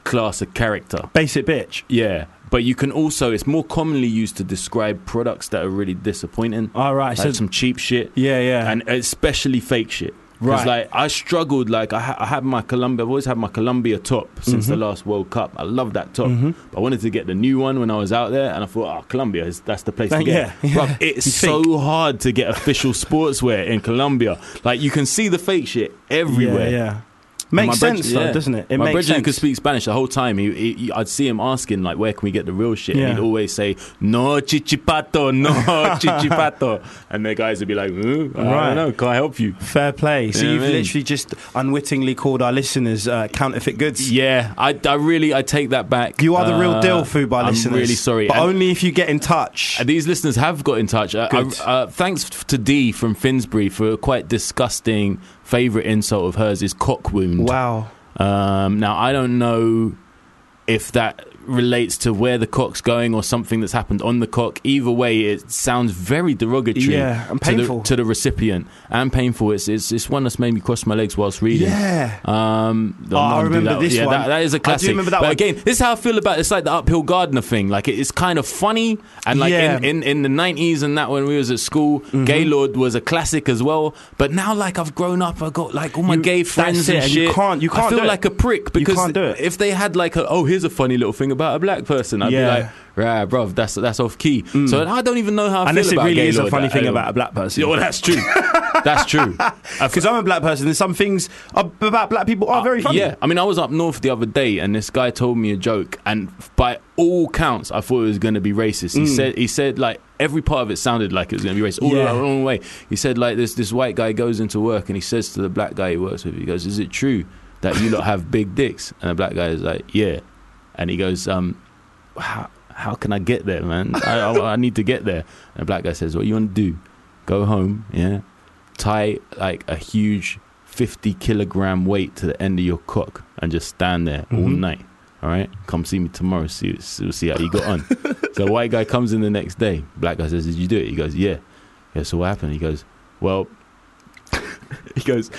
class of character. Basic bitch. Yeah, but you can also it's more commonly used to describe products that are really disappointing. All right. Like So, some cheap shit yeah, yeah. and especially fake shit. 'Cause, Right. like I struggled. Like I, ha- I had my Colombia. I've always had my Colombia top since the Mhm. last World Cup. I love that top. Mm-hmm. But I wanted to get the new one when I was out there, and I thought, oh, Colombia is that's the place to Thank- get. yeah, it." Bruv, it's You so think. hard to get official sportswear in Colombia. Like you can see the fake shit everywhere. Yeah, yeah. And my Makes brethren- sense, yeah. though, doesn't it? It my makes brethren sense. could speak Spanish the whole time. He, he, he- I'd see him asking, like, where can we get the real shit? Yeah. And he'd always say, no chichipato, no chichipato. And the guys would be like, "Hmm, I Right. don't know, can't help you. Fair play. So You know what you've I mean? literally just unwittingly called our listeners uh, counterfeit goods. Yeah, I, I really, I take that back. You are the real Uh, deal, food by I'm listeners. really sorry. but And- only if you get in touch. and these listeners have got in touch. Uh, I, Good. uh, thanks f- to Dee from Finsbury for a quite disgusting favourite insult of hers is cock wound. wow. Um, now I don't know if that relates to where the cock's going or something that's happened on the cock. Either way, it sounds very derogatory Yeah, and to, the, painful. to the recipient and painful. It's, it's it's one that's made me cross my legs whilst reading. Yeah. Um, Oh, I I'll do remember that. this yeah, one. That, that is I a do classic. remember that but one. again, this is how I feel about it's like the uphill gardener thing. Like it- it's kind of funny and like Yeah. Mm-hmm. in, in, in the nineties and that when we was at school, Gaylord was a classic as well. But now like I've grown up, I got like all my You- gay that's friends it, and and you shit. can't- you I can't feel do it. like a prick You because can't do it. if they had like a oh here's a funny little thing about a black person, I'd Yeah. be like. Right, bro, that's that's off key. So I don't even know how I Unless feel it about really is a Gaylord funny at thing all. about a black person. Yeah, well, that's true. that's true. Because I'm a black person, there's some things ab- about black people are very funny. Uh, Yeah, I mean, I was up north the other day, and this guy told me a joke, and by all counts, I thought it was going to be racist. He Mm. said, he said, like every part of it sounded like it was going to be racist all Yeah. the wrong way. He said, like this, this white guy goes into work, and he says to the black guy he works with, he goes, "Is it true that you lot have big dicks?" And the black guy is like, "Yeah," and he goes, um, "How how can I get there, man? I, I, I need to get there." And the black guy says, "What you want to do? Go home, yeah." tie like a huge 50 kilogram weight to the end of your cock and just stand there all night. All right, come see me tomorrow. See, we'll see how you got on. so, white guy comes in the next day. Black guy says, "Did you do it?" He goes, "Yeah." Yeah. So what happened? He goes, "Well," he goes,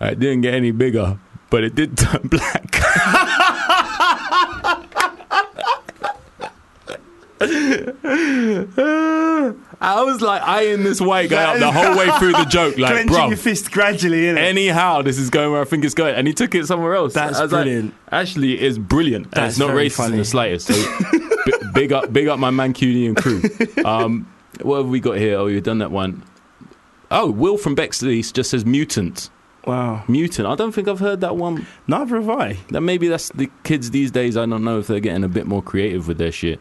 "I didn't get any bigger, but it did turn black." I was like eyeing this white guy up the whole way through the joke, like, Clenching bro, your fist gradually, innit? anyhow this is going where I think it's going, and he took it somewhere else. That's I was like, brilliant. Actually, it's brilliant. and That's it's not very racist in funny. the slightest. So, b- big up, big up my Mancunian crew. Um, what have we got here? Oh, you've done that one. Oh, Will from Bexley just says mutant. wow. Mutant. I don't think I've heard that one. Neither have I. That maybe that's the kids these days. I don't know if they're getting a bit more creative with their shit.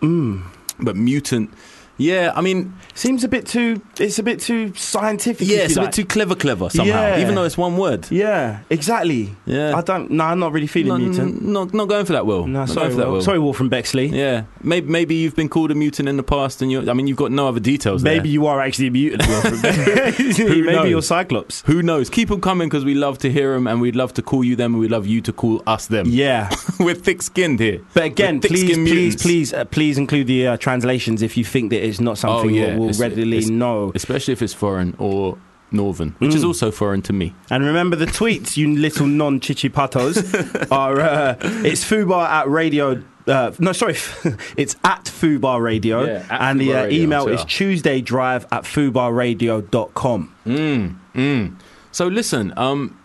But mutant. Yeah, I mean, Seems a bit too. It's a bit too scientific. yeah, if it's you a like. bit too clever, clever somehow. Yeah. Even though it's one word. Yeah, exactly. Yeah. I don't. No, I'm not really feeling No, mutant. n- not not going for that, Will. No, Not sorry, going for that, Will. sorry, Wolf from Bexley. Yeah, maybe maybe you've been called a mutant in the past, and you. I mean, you've got no other details. there. Maybe you are actually a mutant. Wolf from Bexley. Who Maybe knows? you're Cyclops. Who knows? Keep them coming because we love to hear them, and we'd love to call you them, and we'd love you to call us them. Yeah, We're thick-skinned here. but again, We're please, thick-skinned please, mutants. Oh, please, uh, please include the uh, translations if you think that it's not something yeah, we'll, we'll it's- readily it's- know. especially if it's foreign or northern, which Mm. is also foreign to me. And remember the tweets, you little non chichipatos, are uh, it's Fubar at radio. Uh, no, sorry, it's at Fubar Radio. Yeah, at and the Fubar uh, Radio on email is Twitter. Tuesday Drive at FubarRadio.com. Mm, So listen, um,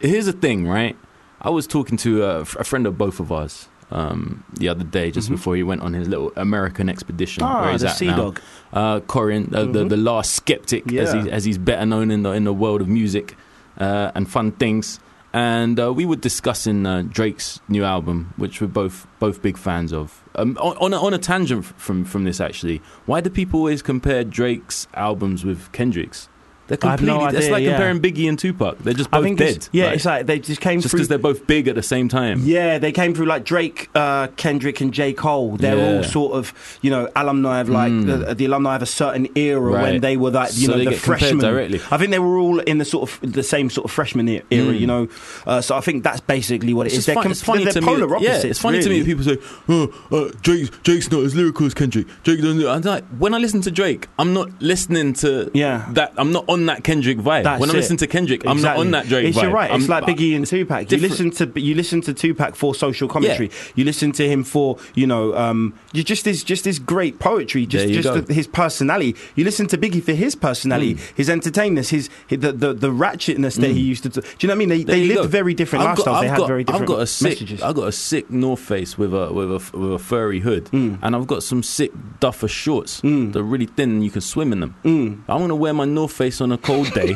here's the thing, right? I was talking to a, f- a friend of both of ours um, the other day, just before he went on his little American expedition. Mm-hmm. Ah, where he's the at sea now. dog. uh, Corin, uh, the the last skeptic, as, Mm-hmm. Yeah. he's, as he's better known in the in the world of music uh, and fun things. And uh, we were discussing uh, Drake's new album, which we're both both big fans of. Um, on on a, on a tangent f- from from this, actually, why do people always compare Drake's albums with Kendrick's? They're I have completely. no it's idea, like yeah. comparing Biggie and Tupac. They're just both I think dead. it's, yeah, Like, it's like they just came just through. because they're both big at the same time. yeah, they came through like Drake, uh, Kendrick, and J. Cole. They're Yeah. Hmm. all sort of, you know, alumni of like the, the alumni of a certain era when Right. they were like, you So know, they the get compared freshmen. directly. Hmm. I think they were all in the sort of the same sort of freshman e- era, you know. Uh, so I think that's basically what it is. It's, They're, just fun- com- it's funny they're to me. polar that- opposites. yeah, it's funny to me really. that people say, "Oh, uh, Drake's Drake's not as lyrical as Kendrick. Drake doesn't." Do. I'm like, when I listen to Drake, I'm not listening to Yeah. that. I'm not on that Kendrick vibe. That's when I it. listen to Kendrick, I'm not Exactly. on that Drake It's vibe. you're right. It's I'm- like Biggie and Tupac. You different. listen to you listen to Tupac for social commentary. You listen to him for you know um, you just his just his great poetry. Just There you just go. Mm. the, his personality. You listen to Biggie for his personality, his entertainness, his, his the, the the ratchetness that he used to. Do you know what I mean? They, There they you lived go. very different I've lifestyles. got- they I've had got- very different I've got a sick, messages. I've got a sick North Face with a with a f- with a furry hood, Hmm. and I've got some sick duffer shorts. They're really thin, and you can swim in them. Hmm. I'm gonna wear my North Face on a cold day.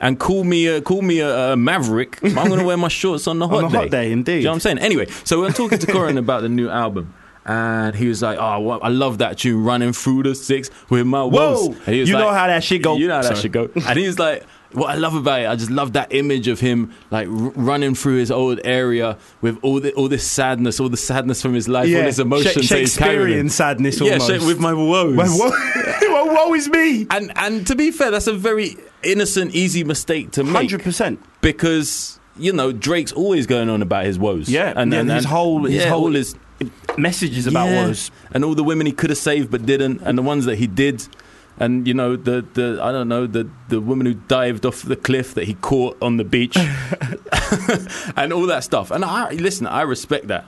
And call me a call me a, a maverick. but I'm gonna wear my shorts on the hot a day. hot day, indeed. Do you know what I'm saying? Anyway, so we're talking to Corin about the new album, and he was like, "Oh, wha- I love that tune, running through the six with my Whoa! wolves." And he was You know like- how that shit go. You know how that Sorry. shit go. And he's like, what I love about it, I just love that image of him like r- running through his old area with all the, all this sadness, all the sadness from his life, all Yeah. his emotions. Sh- that he's carrying. Shakespearean sadness yeah, almost. with my woes. Well, woe, woe is me. And and to be fair, that's a very innocent, easy mistake to make Hundred percent. because you know, Drake's always going on about his woes. Yeah, yeah, his whole- his yeah, whole- all his Messages about yeah. woes. and all the women he could have saved but didn't, and the ones that he did, and you know the the I don't know the the woman who dived off the cliff that he caught on the beach, and all that stuff. And I listen, I respect that,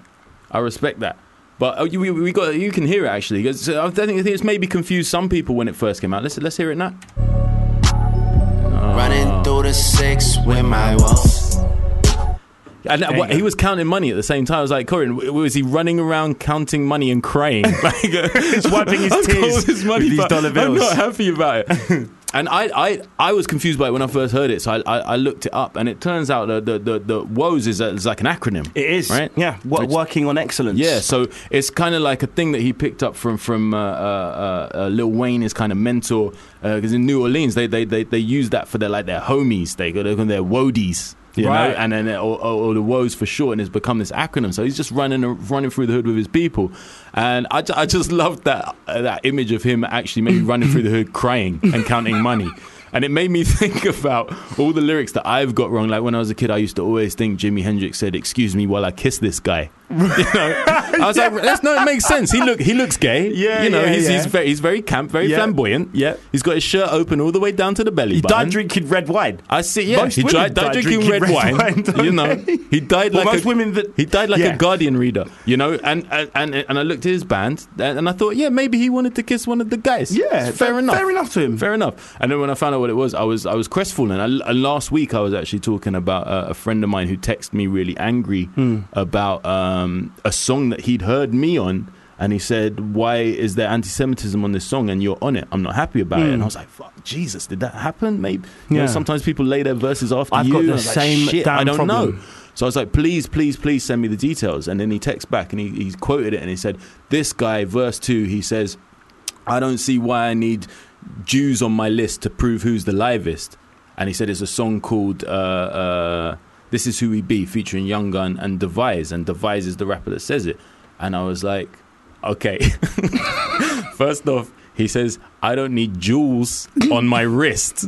I respect that. But uh, you- we, we got you can hear it actually. 'cause, uh, I think I think it's maybe confused some people when it first came out. Let's let's hear it now. Running through the six with my wolf. And uh, you what, go. he was counting money at the same time. I was like, Corin, w- was he running around counting money and crying? like, uh, wiping I've his got tears all this money, with these but dollar I'm bills. not happy about it. and I, I, I was confused by it when I first heard it, so I, I, I looked it up, and it turns out that the, the, the woes is, a, is like an acronym. It is. right? Yeah. wo- Which- working on excellence. Yeah, so it's kind of like a thing that he picked up from from uh, uh, uh, Lil Wayne, his kind of mentor, because uh, in New Orleans they they they, they use that for their like their homies, they go they call their woadies. You Right. know, and then or, or, or the woes for short, and it's become this acronym. So he's just running running through the hood with his people, and I, ju- I just loved that uh, that image of him actually maybe running through the hood crying and counting money, and it made me think about all the lyrics that I've got wrong. Like when I was a kid, I used to always think Jimi Hendrix said, "Excuse me while I kiss this guy." I was like, that's no, it makes sense. He look, he looks gay. Yeah, you know, yeah, he's, yeah. he's very, he's very camp, very Yeah. flamboyant. Yeah. he's got his shirt open all the way down to the belly He button. died drinking red wine. I see. Yeah, Most he women died, died die drinking, drinking red, red wine. wine, don't you know, they? he died Well, like most a, women that- he died like Yeah. a Guardian reader. You know, and and and, and I looked at his band and, and I thought, yeah, maybe he wanted to kiss one of the guys. Yeah, fair fa- enough. fair enough to him. Fair enough. And then when I found out what it was, I was I was crestfallen. I, and last week I was actually talking about uh, a friend of mine who texted me really angry about um, a song that he'd heard me on. And he said, "Why is there anti-Semitism on this song? And you're on it. I'm not happy about it." And I was like, "Fuck, Jesus, did that happen? Maybe." You Yeah. know, sometimes people lay their verses after I've you. got the I was like, same "Shit, I damn don't problem." know. So I was like, please, please, please send me the details. And then he texts back and he, he quoted it and he said, This guy, verse two, he says, I don't see why I need Jews on my list to prove who's the livest. And he said, It's a song called uh, uh, This Is Who We Be, featuring Young Gun and Devise. And Devise is the rapper that says it. And I was like, Okay. First off, he says, I don't need jewels on my wrist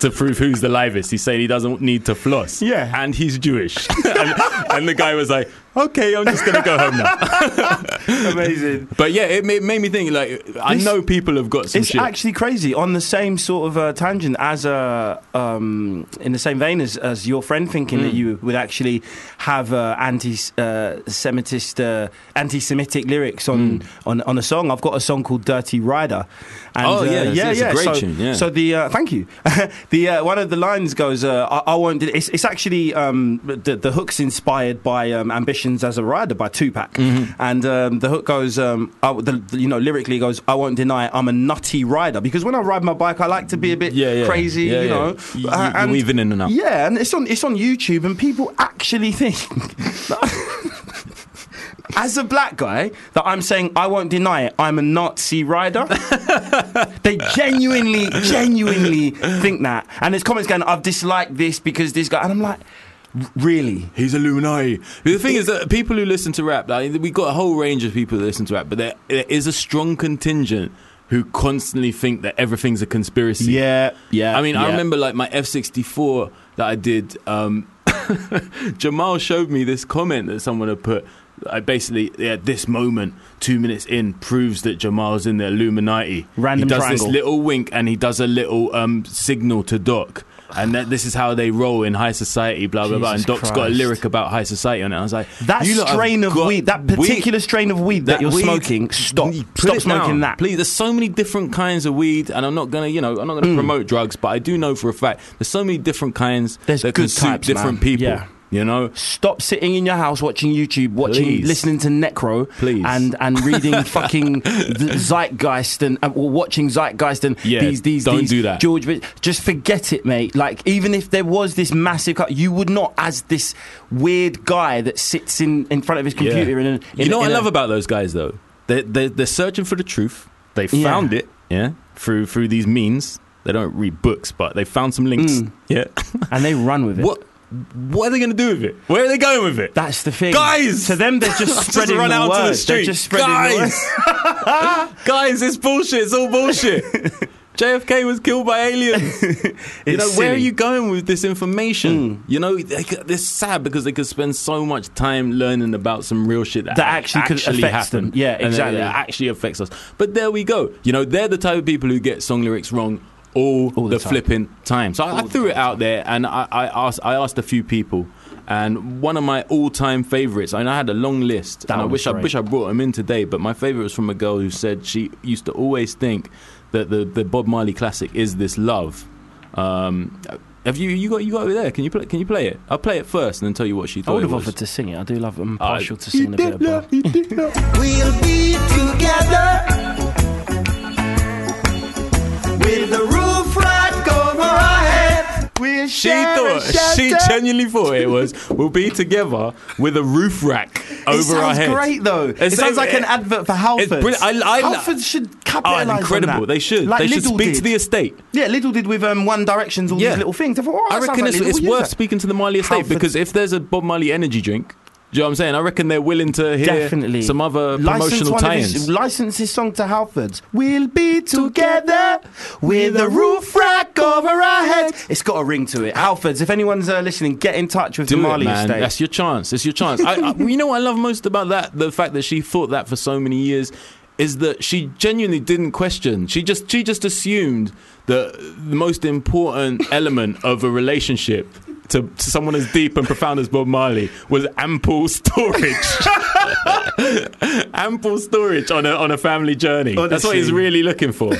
to prove who's the livest. He's saying he doesn't need to floss. Yeah. And he's Jewish. and, and the guy was like, okay, I'm just going to go home now. Amazing. But yeah, it made, made me think, like, I This- know people have got some It's shit. actually crazy. On the same sort of uh, tangent as uh, um, in the same vein as, as your friend thinking Mm. that you would actually have uh, anti uh, Semitist, uh, anti-Semitic lyrics on, Mm. on on a song. I've got a song called "Dirty Rider." And, Oh, yeah, uh, it's- yeah, it's a yeah. great so, tune, yeah. So the uh, thank you. the uh, one of the lines goes, uh, I, "I won't." do-" It's, it's actually um, the, the hook's inspired by um, "Ambitions as a Rider" by Tupac, Mm-hmm. and um, the hook goes, um, I, the, the- you know, lyrically goes, "I won't deny I'm a nutty rider because when I ride my bike, I like to be a bit Yeah, yeah. crazy, Yeah, you yeah. know, You- you- you weave in and out. Yeah, and it's on it's on YouTube, and people actually think as a black guy that I'm saying I won't deny it. I'm a Nazi rider. they genuinely, genuinely think that. And there's comments going, I've disliked this because this guy. And I'm like, "R- really? He's a Illuminati. The thing is that people who listen to rap, like, we've got a whole range of people that listen to rap, but there, there is a strong contingent who constantly think that everything's a conspiracy. yeah. I mean, I yeah. remember like my F64 that I did. Um, Jamal showed me this comment that someone had put. I basically, yeah, at this moment, two minutes in, proves that Jamal's in the Illuminati. Random He does this triangle. little wink and he does a little um, signal to Doc. And that this is how they roll in high society, blah, blah, blah. And Jesus Doc's got a Christ. lyric about high society on it. I was like, That "You lot have strain of got weed, that particular strain of weed that, you're weed- smoking, stop. Put Stop it smoking down, that. Please, there's so many different kinds of weed, and I'm not gonna, you know, I'm not Mm. gonna promote drugs, but I do know for a fact there's so many different kinds There's that good can suit types, different man. people. Yeah. You know, Stop sitting in your house watching YouTube, watching, Please. listening to Necro, Please. and and reading fucking the Zeitgeist and uh, or watching Zeitgeist and Yeah, these these don't these do that. George, Ri- just forget it, mate. Like even if there was this massive, cut, you would not as this weird guy that sits in in front of his computer. Yeah. In, a- in you know a- what in I a- love about those guys though? They they they're searching for the truth. They Yeah. found it, yeah, through through these means. They don't read books, but they found some links. Mm. Yeah. and they run with it. what what are they going to do with it? Where are they going with it? That's the thing, Guys! To them, they're just Just spreading run the out word. to the They're street, just spreading the word. guys. guys, it's bullshit. It's all bullshit. JFK was killed by aliens. you It's know, where are silly. Hmm. you going with this information? You know, they, c- it's sad because they could spend so much time learning about some real shit that, That actually could- affects them. Yeah, and that- exactly. That actually affects us. But there we go. You know, they're the type of people who get song lyrics wrong all, All the, the time. flipping time. So I, I threw it out there and I, I asked I asked a few people. And one of my all-time favorites, and I had a long list, That and I one wish was I great. wish I brought him in today. But my favorite was from a girl who said she used to always think that the, the Bob Marley classic is this love. Um, have you you got you got it there? Can you play? Can you play it? I'll play it first and then tell you what she I thought. would it have was. offered to sing it. I do love. I'm Uh, partial to singing a bit of Bob. We'll be together with the roof right over our heads. We'll she thought she genuinely thought it was we'll be together with a roof rack it over sounds our heads. great though. It, It's- sounds like it- an advert for Halfords. brilliant. I- I- Halfords should Oh, capitalize on incredible! that. They should. Like they should Lidl speak to did. the estate. Yeah, Lidl did with um, One Direction's all Yeah. these little things. I thought, oh, that I sounds reckon like it's, Lidl. it's We'll use worth that. speaking to the Miley estate Halfords. because if there's a Bob Marley energy drink, do you know what I'm saying? I reckon they're willing to hear Definitely. some other license promotional one of tie-ins. his, license his song to Halfords. We'll be together with a roof rack over our heads. It's got a ring to it. Halfords, if anyone's uh, listening, get in touch with Do the it, Marley man. Estate. That's your chance. It's your chance. I, I, you know what I love most about that? The fact that she thought that for so many years is that she genuinely didn't question. She just she just assumed that the most important element of a relationship to, to someone as deep and profound as Bob Marley was ample storage. ample storage on a on a family journey. That's what he's Honestly. really looking for.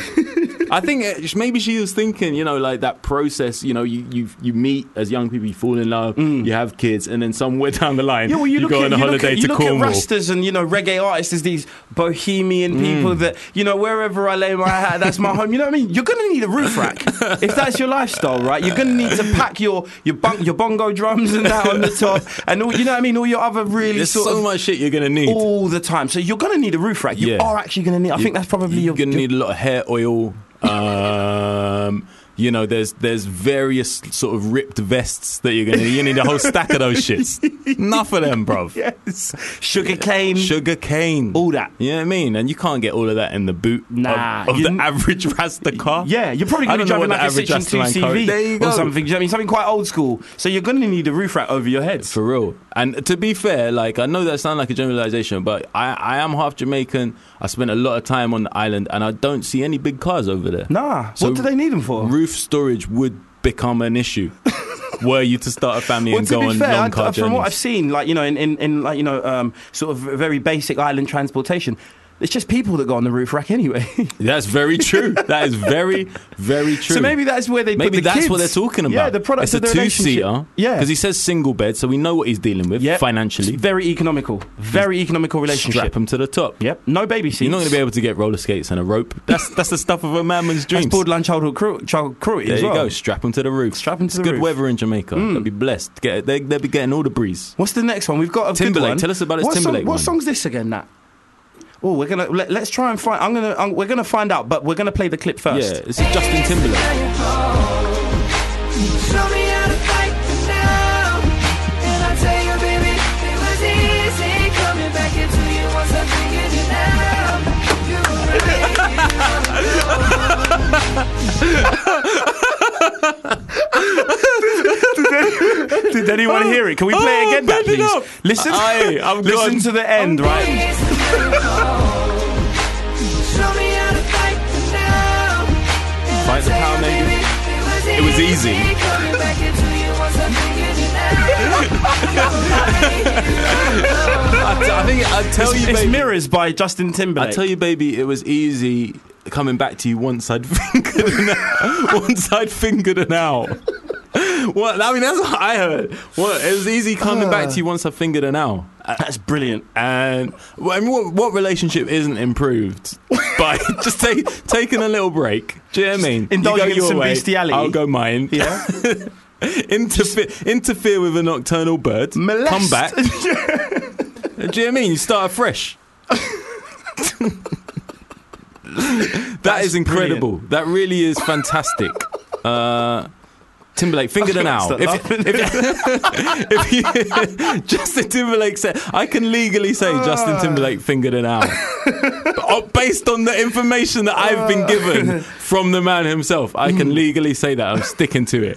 I think it, maybe she was thinking, you know, like that process. You know, you you, you meet as young people, you fall in love, you have kids, and then somewhere down the line, Mm. Yeah, well, you, look go at, on a you holiday look at, you to look Cornwall. at Rastas and you know reggae artists as these bohemian people Mm. that you know wherever I lay my hat, that's my home. You know what I mean? You're gonna need a roof rack if that's your lifestyle, right? You're gonna need to pack your your, bung, your bongo drums and that on the top, and all, you know what I mean. All your other really There's sort so of much shit you're gonna need. all the time. So you're gonna need a roof rack. You Yeah. are actually gonna need. I think that's probably you're your. gonna your- need a lot of hair oil. Um, you know, there's there's various sort of ripped vests that you're gonna. You need a whole stack of those shits. Enough of them, bruv. yes, sugar cane. sugar cane, All that. You know what I mean? And you can't get all of that in the boot of- Nah, of, you the kn- average Rasta car. Yeah, you're probably I going to don't be know what driving the like a average Section 2 Rasta Line car is. CV There you go. or something. Do you know what I mean, something quite old school. So you're going to need a roof rack over your head. for real. And to be fair, like I know that sounds like a generalization, but I, I am half Jamaican. I spent a lot of time on the island, and I don't see any big cars over there. Nah, So- what do they need them for? Roof storage would become an issue were you to start a family Well, and to go be on fair, I- long I- car from what I've journeys. seen, like you know, in, in, in like you know, um, sort of very basic island transportation, it's just people that go on the roof rack anyway. That's very true. That is very, very true. so maybe that's where they put Maybe the that's kids. what they're talking about. Yeah, the product It's a of the two-seater. relationship. Yeah, because he says single bed, so we know what he's dealing with Yep. financially. It's very economical, very economical relationship. Strap him to the top. Yep, no baby seats. You're not going to be able to get roller skates and a rope. That's that's the stuff of a man's dreams. That's borderline childhood cru- child cruelty there as you well. go. Strap him to the roof. Strap him to it's the good roof. Mm. weather in Jamaica. They'll be blessed. Get, they, they'll be getting all the breeze. What's the next one? We've got a good Timberlake. one. Tell us about his what song- Timberlake one. What song's this again? That. Oh, we're gonna let, us try and find. I'm gonna. I'm, we're gonna find out, but we're gonna play the clip first. Yeah, this is Justin Timberlake. Show me how to fight the now. And I tell you, baby, it was easy coming back into you once I figured it out. You were right. Did anyone hear it? Can we play it again, Dad, please? Listen, Aye, I'm listen gone. to the end, right? Show me how to fight the now. And Fight I the tell power, you, maybe. baby, It was easy. coming back into you once I figured it out. I, I think I tell you, It's baby. Mirrors by Justin Timberlake. I tell you, baby, it was easy coming back to you once I'd fingered an out. once I'd fingered an out. What I mean, that's what I heard. What it was easy coming back Ah. to you once I fingered an out. that's brilliant. And well, I mean, what, what relationship isn't improved by just take, taking a little break? Do you know what I mean? You indulging go in your some way, bestiality. I'll go mine. Yeah. Interfe- interfere with a nocturnal bird. Molest. Come back. Do you know what I mean? You start afresh. That is incredible. That really is fantastic. Uh, Timberlake, finger the now. start If, if, if you, Justin Timberlake said, I can legally say Justin Timberlake fingered an owl. But, uh, Based on the information that I've been given from the man himself, I can legally say that. I'm sticking to it.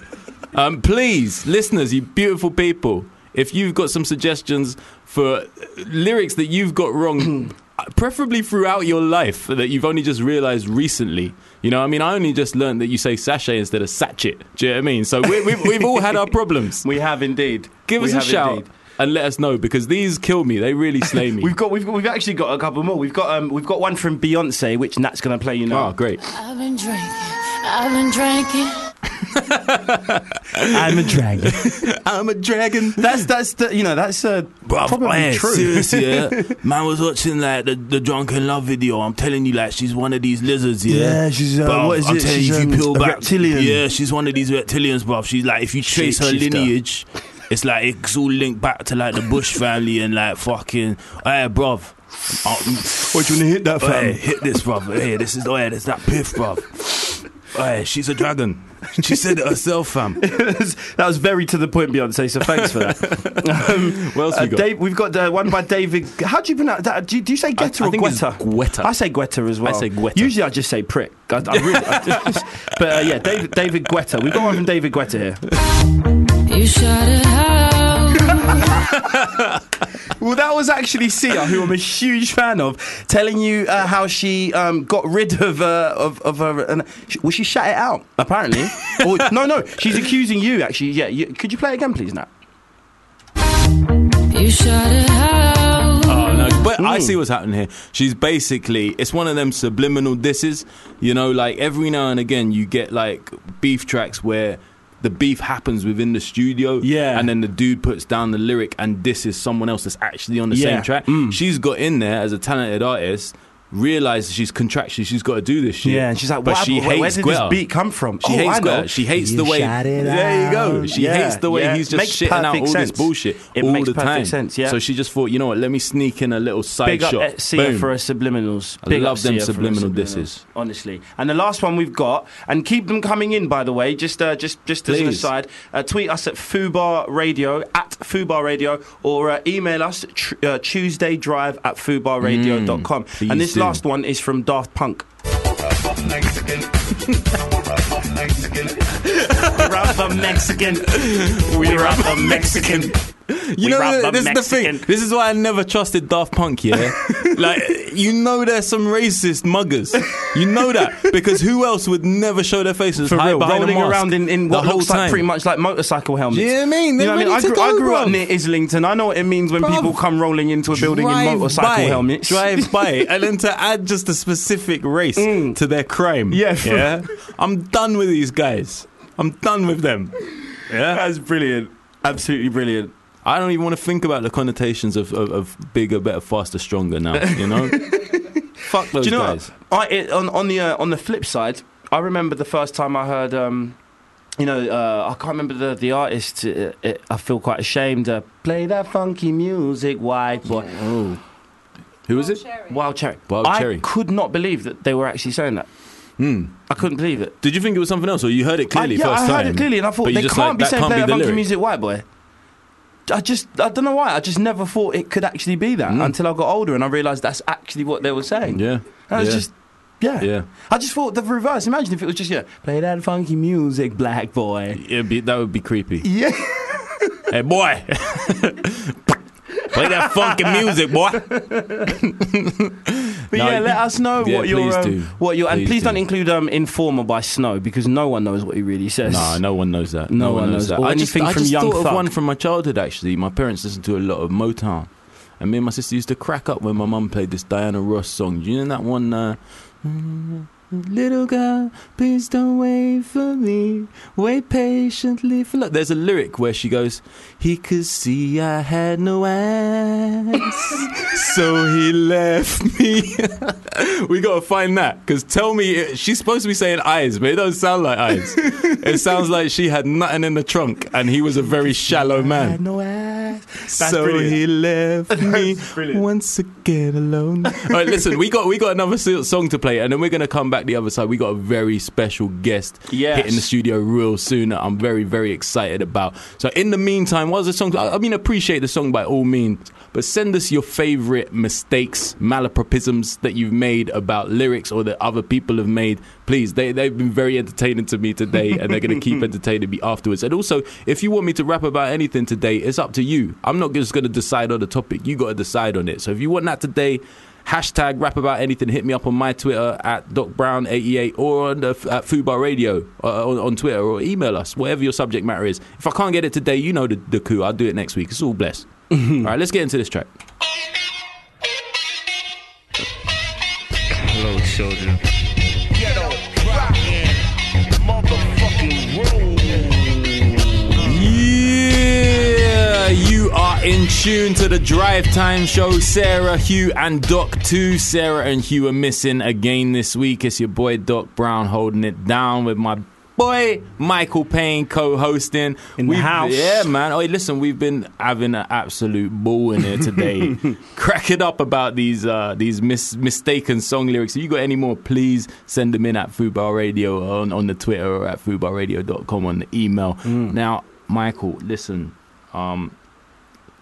Um, please, listeners, you beautiful people, if you've got some suggestions for uh, lyrics that you've got wrong, uh, preferably throughout your life that you've only just realized recently. You know, I mean, I only just learned that you say sachet instead of sachet. Do you know what I mean? So we, we've, we've all had our problems. We have indeed. Give We us a have shout indeed. and let us know because these kill me. They really slay me. We've got, we've got, we've actually got a couple more. We've got, um, we've got one from Beyonce, which Nat's going to play you now. oh, great. I've been drinking. I've been drinking. I'm a dragon. I'm a dragon. that's that's the, you know that's uh, probably true. Seriously, yeah. Man was watching like the, the drunken love video. I'm telling you, like she's one of these lizards, yeah. Yeah, she's, uh, Bruv, what is I'm it? telling She's, you, if you um, peel a back, reptilian. Yeah, she's one of these reptilians, bruv. She's like, if you trace her Shapeshifter. lineage, it's like it's all linked back to like the Bush family and like fucking, hey, bruv. Uh, What do you want to hit that Hey, hit this, bruv. Hey, this is oh yeah, this that piff, bruv. Hey, she's a dragon. She said it herself, fam. that was very to the point, Beyonce. So thanks for that. um, What else uh, we got? Dave, we've got uh, one by David. How do you pronounce that? Do you, do you say Guetta I or think it's Guetta? Guetta. I say Guetta as well. I say Guetta. Usually I just say prick. I, I really, I- but uh, yeah, David, David Guetta. We've got one from David Guetta here. You shut it out. Well, that was actually Sia, who I'm a huge fan of, telling you uh, how she um, got rid of uh, of, of her. And well, she shut it out apparently. or, no, no, she's accusing you actually. Yeah, you, could you play it again, please, Nat? You shut it out. Oh no! But I Mm. see what's happening here. She's basically it's one of them subliminal disses. You know, like every now and again you get like beef tracks where the beef happens within the studio. Yeah. And then the dude puts down the lyric and disses someone else that's actually on the Yeah. Hmm. same track. She's got in there as a talented artist. Realized she's contractually she's got to do this shit. Yeah, and she's like, but "Why- she where- where hates did this Guetta." beat come from? She Oh, I hates know. Guetta. She hates the You way. shout it there you go. out. She Yeah, hates the way yeah. he's just Makes shitting out perfect all sense. this bullshit It all makes the perfect time. sense, yeah. So she just thought, you know what? Let me sneak in a little side Big shot. up uh, Sia Boom. for her subliminals. I Big up love them Sia for her subliminal subliminals, disses. Honestly. And the last one we've got, and keep them coming in, by the way, just uh, just just as an Please. aside, uh, tweet us at Fubar Radio, at Fubar Radio, or uh, email us tr- uh, Tuesday Drive at FubarRadio.com. Mm, please and this do. last one is from Daft Punk. We're up for Mexican. We're up for Mexican. You We know, rub the th- this is the Mexican. thing. This is why I never trusted Daft Punk. Yeah, like you know, there's some racist muggers. You know that because who else would never show their faces for hide real, behind rolling a mask around in, in the what whole looks time? like pretty much like motorcycle helmets. Do you know what I mean? You They're know what I ready mean? I to grew, go, I grew up bruv. near Islington. I know what it means when Bruv. people come rolling into a building in motorcycle by, helmets. Drive by, and then to add just a specific race to their crime. Mm. Yeah. yeah. I'm done with these guys. I'm done with them. That's brilliant. Absolutely brilliant. I don't even want to think about the connotations of, of, of bigger, better, faster, stronger now. You know, fuck those Do you know guys. what? I, it, on, on, the, uh, on the flip side, I remember the first time I heard, um, you know, uh, I can't remember the, the artist. It, it, I feel quite ashamed. Uh, Play that funky music, white boy. Who is it? Sherry. Wild Cherry. Wild I Cherry. Hmm. could not believe that they were actually saying that. I couldn't believe it. Did you think it was something else, or you heard it clearly I, yeah, first I time? heard it clearly, and I thought but they you just like, can't be that saying can't play be that the funky lyric. music, white boy. I just, I don't know why. I just never thought it could actually be that until I got older and I realised that's actually what they were saying. Mm. Yeah, and I was yeah. just, yeah. Yeah. I just thought the reverse. Imagine if it was just yeah, play that funky music, black boy. It'd be, that would be creepy. Yeah, hey, boy, play that funky music, boy. but No, yeah, you- let us know yeah, what your, please um, do. what your, and Please please do. don't include um, "Informer" by Snow because no one knows what he really says. No, no one knows that. No one knows. Or I just, anything I from just Young thought Thug. of one from my childhood. Actually, my parents listened to a lot of Motown, and me and my sister used to crack up when my mum played this Diana Ross song. Do you know that one? Uh, Little girl, please don't wait for me. Wait patiently for love. There's a lyric where she goes, He could see I had no ass, so he left me. we gotta find that because tell me, she's supposed to be saying eyes, but it doesn't sound like eyes. it sounds like she had nothing in the trunk and he was a very shallow man. no left. That's so brilliant. he left me brilliant. once again alone. All right, listen, we got we got another so- song to play, and then we're gonna come back the other side. We got a very special guest Yes. hitting the studio real soon. That I'm very very excited about. So in the meantime, what's the song? I I mean, appreciate the song by all means, but send us your favorite mistakes, malapropisms that you've made about lyrics or that other people have made. Please, they they've been very entertaining to me today, and they're gonna keep entertaining me afterwards. And also, if you want me to rap about anything today, it's up to you. I'm not just gonna decide on the topic. You got to decide on it. So if you want that today. Hashtag rap about anything. Hit me up on my Twitter at DocBrown88 or on the, at Fubar Radio uh, on, on Twitter or email us, whatever your subject matter is. If I can't get it today, you know the, the coup. I'll do it next week. It's all blessed. all right, let's get into this track. Yeah, you are in tune to the Drive Time Show. Sarah, Hugh, and Doc too. Sarah and Hugh are missing again this week. It's your boy Doc Brown holding it down with my boy Michael Payne co-hosting. In the house. yeah, man. Oh, listen, we've been having an absolute ball in here today, cracking up about these uh, these mis- mistaken song lyrics. If you got any more, please send them in at Fubar Radio on on the Twitter or at fubarradio.com on the email. Now, Michael, listen. Um,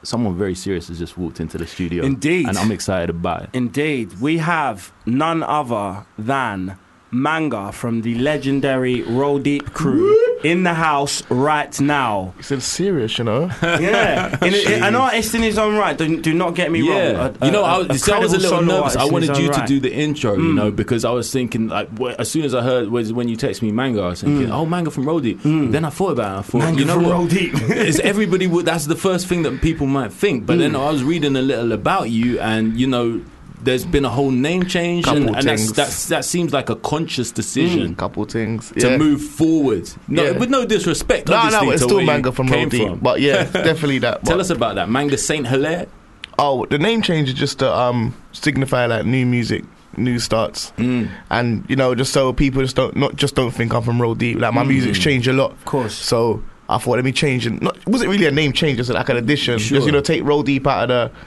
someone very serious has just walked into the studio. Indeed. and I'm excited about it. Indeed, we have none other than Manga from the legendary Roll Deep crew in the house right now. He said serious, you know. Yeah, in, in, an artist in his own right. Do, do not get me wrong. A- you know, I a- a was, see, I was a little credible solo nervous. artist I in wanted his you own to right. do the intro, Hmm. you know, because I was thinking, like, wh- as soon as I heard was when you text me manga, I was Hmm. thinking, oh, manga from Roadie. Then I thought about it. I thought, Manga you know from what? Roll Deep. is everybody would that's the first thing that people might think but then Hmm. i was reading a little about you and you know there's been a whole name change and, Couple and that's, things. that's, that seems like a conscious decision Couple things. Mm. to yeah. move forward no, Yeah. with no disrespect No, obviously, no, it's to still where you manga from came Roll Deep, from. but yeah, definitely that. tell but- us about that manga saint hilaire Oh, the name change is just to um signify like new music, new starts, Mm. and you know just so people just don't not just don't think I'm from Roll Deep. Like my Mm. music's changed a lot, of course. So I thought let me change it. Not it wasn't really a name change, just like an addition. Sure. Just you know take Roll Deep out of the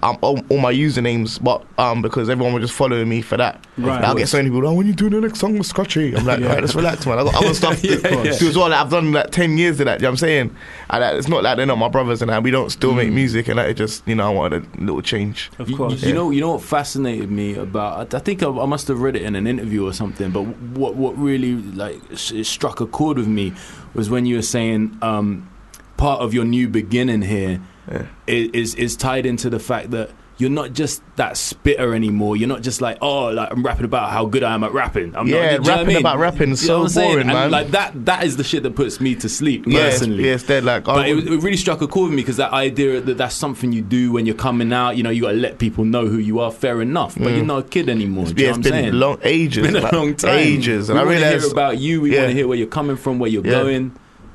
um all, all my usernames, but um because everyone was just following me for that. Right. Like, I'll get so many people. Oh, when you do the next song with Scotchy, I'm like, alright, let's relax, man. I got other stuff Yeah, to yeah. do as well. Like, I've done like ten years of that. You know what I'm saying? And like, it's not like they're not my brothers, and like, we don't still Mm. make music, and like, it just you know I wanted a little change. Of You- course. You, know, you know what fascinated me about. I, I think I, I must have read it in an interview or something. But what what really like s- it struck a chord with me was when you were saying um, part of your new beginning here Yeah. i- is, is tied into the fact that. You're not just that spitter anymore. You're not just like, oh, like I'm rapping about how good I am at rapping. I'm not, Yeah, do you know what I rapping mean? about rapping is You know so what I'm saying? boring, And, man. Like that, that is the shit that puts me to sleep personally. yes, they're like, oh, But it, it really struck a chord with me because that idea that that's something you do when you're coming out, you know, you got to let people know who you are, fair enough. But you're not a kid anymore. do you yeah, know Mm. it's what been I'm saying? long ages, It's been a like, long time. ages, and we I wanna realized hear about you. We yeah. want to hear where you're coming from, where you're Yeah. going.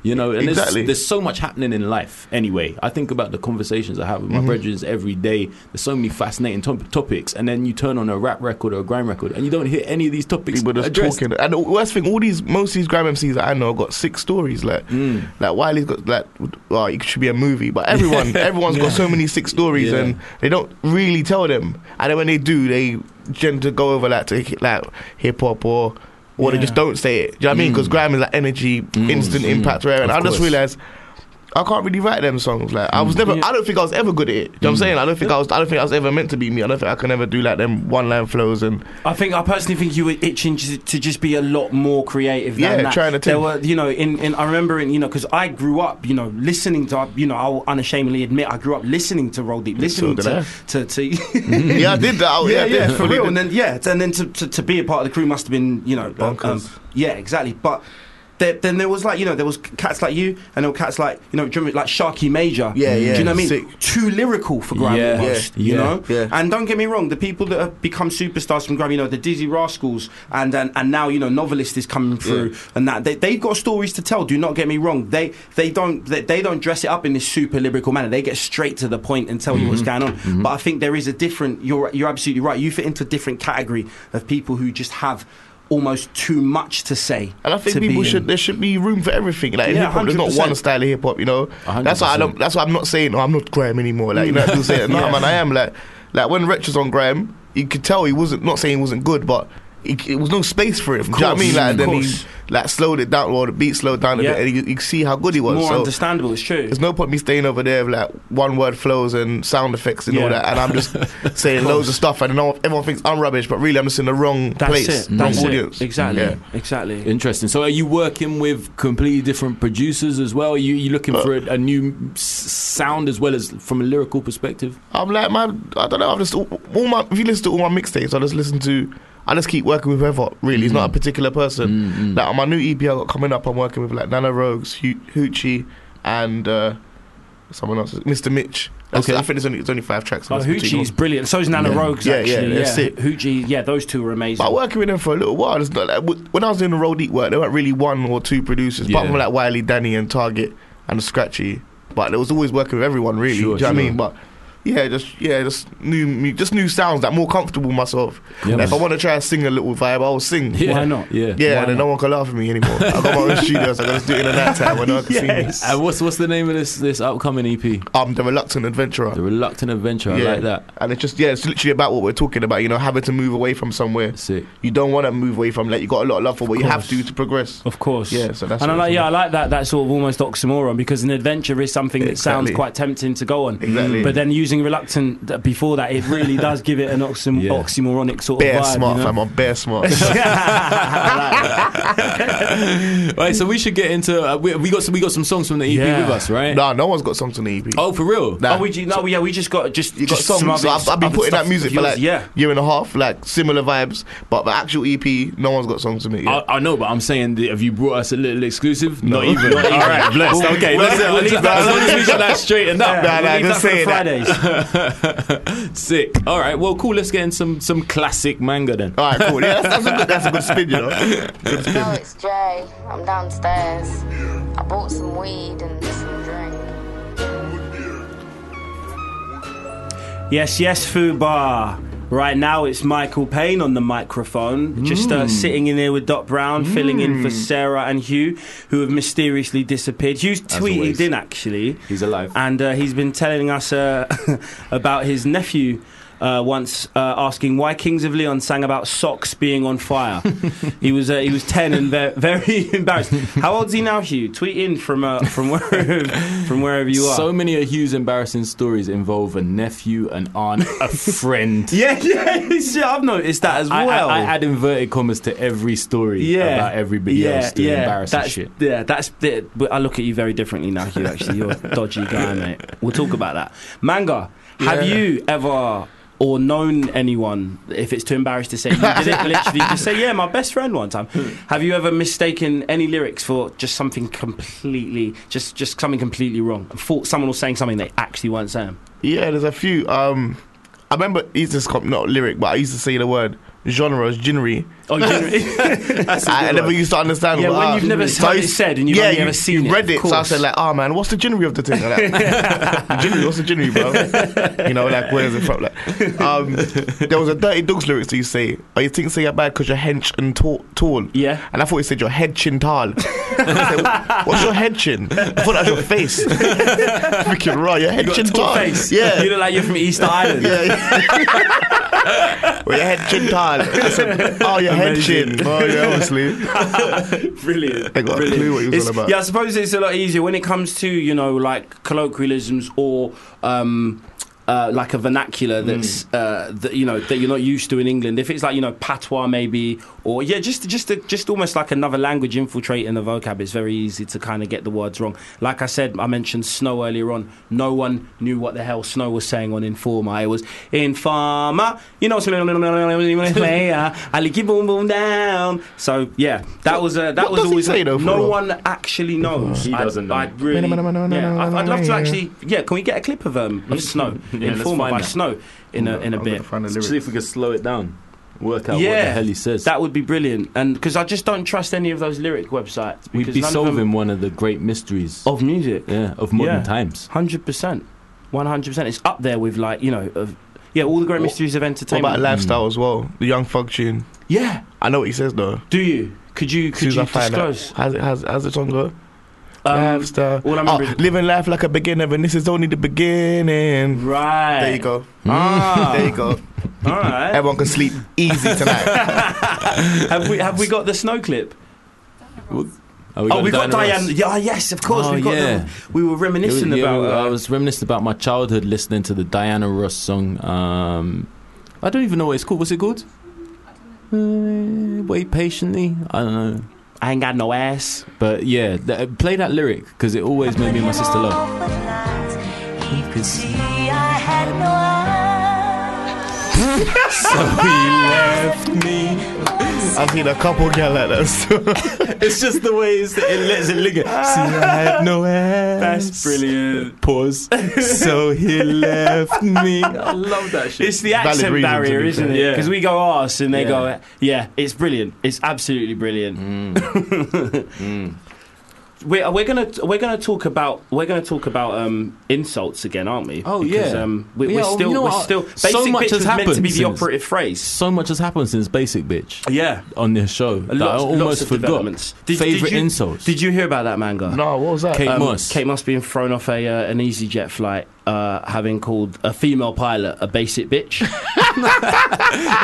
You know, and Exactly. there's, there's so much happening in life anyway. I think about the conversations I have with my Mm-hmm. brethren every day. There's so many fascinating top- topics, and then you turn on a rap record or a grime record, and you don't hear any of these topics people just addressed. talking. And the worst thing, all these most of these grime MCs that I know have got six stories. Like, Hmm. like Wiley's got like, well, it should be a movie, but everyone, everyone's got so many six stories, Yeah. and they don't really tell them. And then when they do, they tend to go over like to like hip hop or. Or they just don't say it. Do you know what I mean? Because grime is like energy, instant impact, rare. And Hmm. Of I course. just Hmm. realized I can't really write them songs. Like I was never. I don't think I was ever good at it. Do you know what I'm saying? I don't think I was. I don't think I was ever meant to be me. I don't think I can ever do like them one line flows and I think I personally think you were itching j- to just be a lot more creative. Yeah, than that. trying to There think. were, you know, in, in I remember, in, you know, because I grew up, you know, listening to, you know, I'll unashamedly admit, I grew up listening to Roll Deep, listening did to, to to yeah, I did that. Oh, yeah, yeah, yeah, for definitely real. did. And then yeah, and then to, to, to be a part of the crew must have been you know um, Bonkers. yeah, exactly. But there, then there was like you know there was cats like you, and there were cats like you know do you remember, like Sharky Major. Yeah, yeah, Do you know what I mean? sick. Too lyrical for Grammy Yeah, almost, yeah, you yeah, know. yeah. And don't get me wrong, the people that have become superstars from Grammy, you know, the Dizzy Rascals, and and, and now you know novelist is coming through, and that they they've got stories to tell. Do not get me wrong. They they don't they, they don't dress it up in this super lyrical manner. They get straight to the point and tell you Mm-hmm. what's going on. But I think there is a different. You're you're absolutely right. You fit into a different category of people who just have. almost too much to say. And I think to people be should in. there should be room for everything. Like in Yeah, hip hop, there's not 100%. one style of hip hop. You know, that's why I don't. That's why I'm not saying oh, I'm not Graham anymore. Like you know, what I'm saying no, man, I am. Like like when Rich was on Graham, you could tell he wasn't not saying he wasn't good, but. It, it was no space for it. Do you know what I course, mean? Like of then he course. like slowed it down, or the beat slowed down a Yeah. bit, and you, you could see how good he was. More so understandable, it's true. there's no point me staying over there with like one word flows and sound effects and all Yeah. that, and I'm just saying loads of stuff, and no- everyone thinks I'm rubbish, but really I'm just in the wrong That's place, it. That's wrong it. audience. Exactly. Yeah. Exactly. Interesting. So, are you working with completely different producers as well? Are you, you looking for a, a new s- sound as well as from a lyrical perspective? I'm like, man, I don't know. I'm just all, all my. If you listen to all my mixtapes, I just listen to. I just keep working with whoever. Really, it's Mm. not a particular Mm, person. Like on my new EP I got coming up, I'm working with like Nana Rogues, Hu- Hoochie, and uh, someone else, Mr. Mitch. That's, Okay. I think it's only it's only five tracks. on Oh, this particular Hoochie's one. brilliant. So is Nana Yeah. Rogues, Yeah, yeah, actually. they're sick. Hoochie, yeah, those two are amazing. But working with them for a little while, it's not like, wh- when I was doing the road eat work, there weren't really one or two producers, apart Yeah. from like Wiley, Danny, and Target and Scratchy. But it was always working with everyone, really. Sure, do you know what I sure. mean? But yeah, just yeah, just new, mu- just new sounds that more comfortable with myself. Yeah, Like, if I man. want to try and sing a little vibe, I'll sing. Yeah, Why not? Yeah. and then no one can laugh at me anymore. I got my own studio, so I can just do it in the night time when no one can see me. And Uh, what's what's the name of this this upcoming EP? I'm the reluctant adventurer. The Reluctant Adventure. I like that. And it's just yeah, it's literally about what we're talking about. You know, having to move away from somewhere. Sick. You don't want to move away from like you got a lot of love for what you course. have to to progress. Of course. Yeah, so that's and I what like, it's yeah, I like that. That sort of almost oxymoron because an adventure is something that sounds Exactly. quite tempting to go on. Exactly. But then using reluctant th- before that, it really does give it an oxym- Yeah. oxymoronic sort Bear of vibe. smart, you know? fam. I'm bear smart. Right, so we should get into uh, we, we got some, we got some songs from the EP Yeah. with us, right? nah, no one's got something to EP. Oh, for real? E Nah. Oh, we, ju- no, yeah, we just got just, you got just some songs. So other- I've, I've been other putting stuff that music of for yours, like yeah. year and a half, like similar vibes. But the actual EP, no one's got songs to me. Yet. I, I know, but I'm saying, that have you brought us a little exclusive? Not even. All right, blessed. Okay, We'll let's, leave- we'll let's- leave that as long as we alone. got that straightened up. Nah, nah, Leave just that for the saying that. Fridays. Sick. All right, well, cool. Let's get in some some classic manga Oh. then. All right, cool. Yeah, that's, that's, a good, that's a good spin, you know. Good spin. No, it's Jay. I'm downstairs. I bought some weed and some drink. Yes, yes, Fubar. Right now it's Michael Payne on the microphone, just Hmm. uh, sitting in here with Dot Brown, filling in for Sarah and Hugh, who have mysteriously disappeared. Hugh's tweeted always. in actually, He's alive. and uh, he's been telling us uh, about his nephew. Uh, once uh, asking why Kings of Leon sang about socks being on fire, he was uh, he was ten and ve- very embarrassed. How old's he now, Hugh? Tweet in from uh, from wherever from wherever you are. So many of Hugh's embarrassing stories involve a nephew, an aunt, a friend. yeah, yeah, yeah, I've noticed that as I, well. I, I add inverted commas to every story about everybody else doing embarrassing that's, shit. Yeah, that's the- but I look at you very differently now, Hugh. Actually, you're a dodgy guy, mate. We'll talk about that. Manga, have Yeah. you ever or known anyone? If it's too embarrassed to say, you did it literally. Just say, yeah, my best friend one time. Hmm. have you ever mistaken any lyrics for just something completely, just just something completely wrong? Thought someone was saying something they actually weren't saying. Yeah, there's a few. Um, I remember I used to comp not lyric, but I used to say the word genre, genre. Oh, you didn't- I, I never used to understand. Yeah, what, when ah, you've never heard I it used- said and you've yeah, only you, ever seen you it, read it, of so I said course. like, "Oh man, what's the genery of the thing?" Like, genery, what's the genery, bro? you know, like where's it from? Like, um, there was a Dirty Dogs lyrics that you say, "Oh, you think say you're bad because you're hench and tall, tall." Yeah. and I thought you said your head chin tall. I said, what's your head chin? I thought that was your face. Freaking right, your head You chin got a tall tall. face. Yeah, you look like you're from Easter Island. yeah. well, your head chin tall. I said, oh, your head Amazing. chin. Oh, yeah, obviously. Brilliant. I got a Brilliant. clue what he was It's- all about. Yeah, I suppose it's a lot easier when it comes to you know like colloquialisms or. Um, uh, like a vernacular Mm. that's uh, that you know that you're not used to in England. If it's like you know patois maybe, or yeah, just just just almost like another language infiltrating the vocab. It's very easy to kind of get the words wrong. Like I said, I mentioned snow earlier on. No one knew what the hell snow was saying on Informer. It was Informer. You know, Ali give boom boom down. So yeah, that was a, that What was does he always a- say, though, for no real? one one actually knows. He doesn't know. I, would really, yeah, I'd, I'd love to actually. Yeah, can we get a clip of um of Snow Yeah, let's informed find by that. Snow in a in a bit? See if we can slow it down. Work out what the Yeah. hell he says. That would be brilliant, and because I just don't trust any of those lyric websites. We'd because be none of solving them- one of the great mysteries of music. yeah, of modern Yeah. times. Hundred percent, one hundred percent. It's up there with like you know of yeah all the great What- mysteries of What entertainment. about lifestyle as well? The Young Thug tune. Yeah. I know what he says though. Do you? Could you? Soon Could as you I find out. disclose? How's it, how's, how's the song go? Um, Lifestyle. all I oh, remember is- living life like a beginner, and this is only the beginning. Right. There you go. Ah, There you go. all right. Everyone can sleep easy tonight. have we have we got the snow clip? Hmm. we oh, we got Diane. Yeah, ah, yes, of course. Oh, we got yeah. them. We were reminiscing Yeah, about. I uh, was reminiscing about my childhood listening to the Diana Ross song. Um, I don't even know what it's called. What's it called? Uh, wait patiently. I don't know. I ain't got no ass. But yeah, th- uh, play that lyric because it always made me and my sister laugh. I've seen a couple girl like that. So. It's just the way it's, it lets it linger. See, I had no ass. That's brilliant. Pause. so he left me. I love that shit. It's the Valid accent reason to barrier, be isn't fair. it? Yeah. Because we go arse and they Yeah. Mm. go, yeah, it's brilliant. It's absolutely brilliant. We're, we're gonna we're gonna talk about we're gonna talk about um, insults again, aren't we? Oh, Because, yeah. um, we, Yeah, we're oh, you still know we're what? still So basic much has bitch was meant to be happened the since- operative phrase. so much has happened since Basic Bitch Yeah, on this show that I Lots- almost lots of forgot. developments. Favorite you, insults. Did you hear about that manga? no, what was that? Kate Moss. Um, Kate Moss being thrown off a uh, an EasyJet flight, uh, having called a female pilot a basic bitch.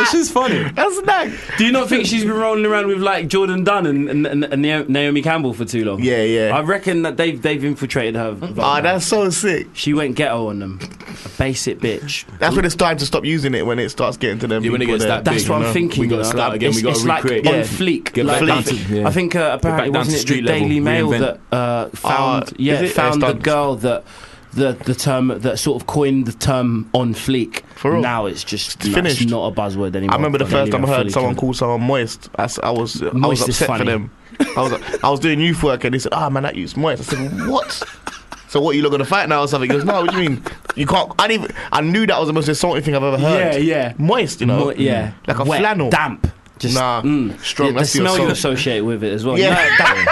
It's just funny. That's nag. Do you not think she's been rolling around with like Jordan Dunn and, and, and Na- Naomi Campbell for too long? Yeah, yeah. I reckon that they've they've infiltrated her. Ah, that's so sick. she went ghetto on them, a basic bitch. That's when it's time to stop using it when it starts getting to them. Yeah, when it people gets there. that That's Big, what I'm no. thinking. We gotta you know, start like, again, we it's- gotta it's like recreate. on Yeah. fleek. Get back like, down I to- think- yeah. I think uh, apparently down to wasn't it the street level, Daily Mail reinvent. that uh, found Oh, is yeah it? found Yeah, the it's done. girl that. The, the term that sort of coined the term on fleek. For real. Now it's just It's no, finished. not a buzzword anymore. I remember the Like, first time I yeah, heard fully someone killed. call someone moist. I, s- I was I was Moist is upset for funny. them. I was I was doing youth work and they said, "Ah, man, that youth's moist." I said, "What?" so what you look gonna fight now or something? He goes, "No, what do you mean? You can't." I didn't. even- I knew that was the most insulting thing I've ever heard. Yeah, yeah. Moist, you know. Mm. Mo- yeah, Like a Wet, flannel. damp. Just Nah, mm. strong, Yeah, the that's your smell you soul. associate with it as well. Yeah. You know, that- you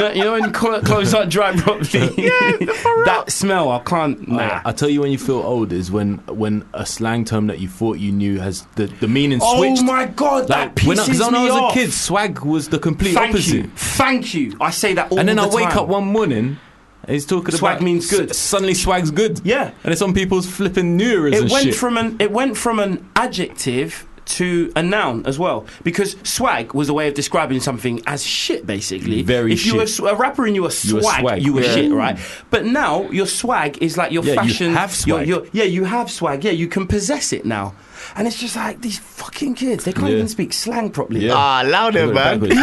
know- you know when cl- clothes aren't dry properly. that smell, I can't. Oh, Nah. I, I tell you when you feel old is when when a slang term that you thought you knew has the, the meaning switched. oh my god, that Like, when I, 'cause pisses when I me was off. a kid, swag was the complete Thank opposite. you, thank you. I say that all And then the I wake time. up one morning and he's talking Swag about means good. s- suddenly swag's good. Yeah. And it's on people's flipping New Year's It and went shit. from an it went from an adjective to a noun as well because swag was a way of describing something as shit basically. Very if you were shit. a rapper and you were You were swag, you were, swag, yeah. shit, right? But now your swag is like your Yeah, you fashion. have your- swag. your- yeah, you have swag. Yeah, you can possess it now. And it's just like these fucking kids. They can't Yeah. even speak slang properly. Yeah. Ah, louder, Look man. at it backwards.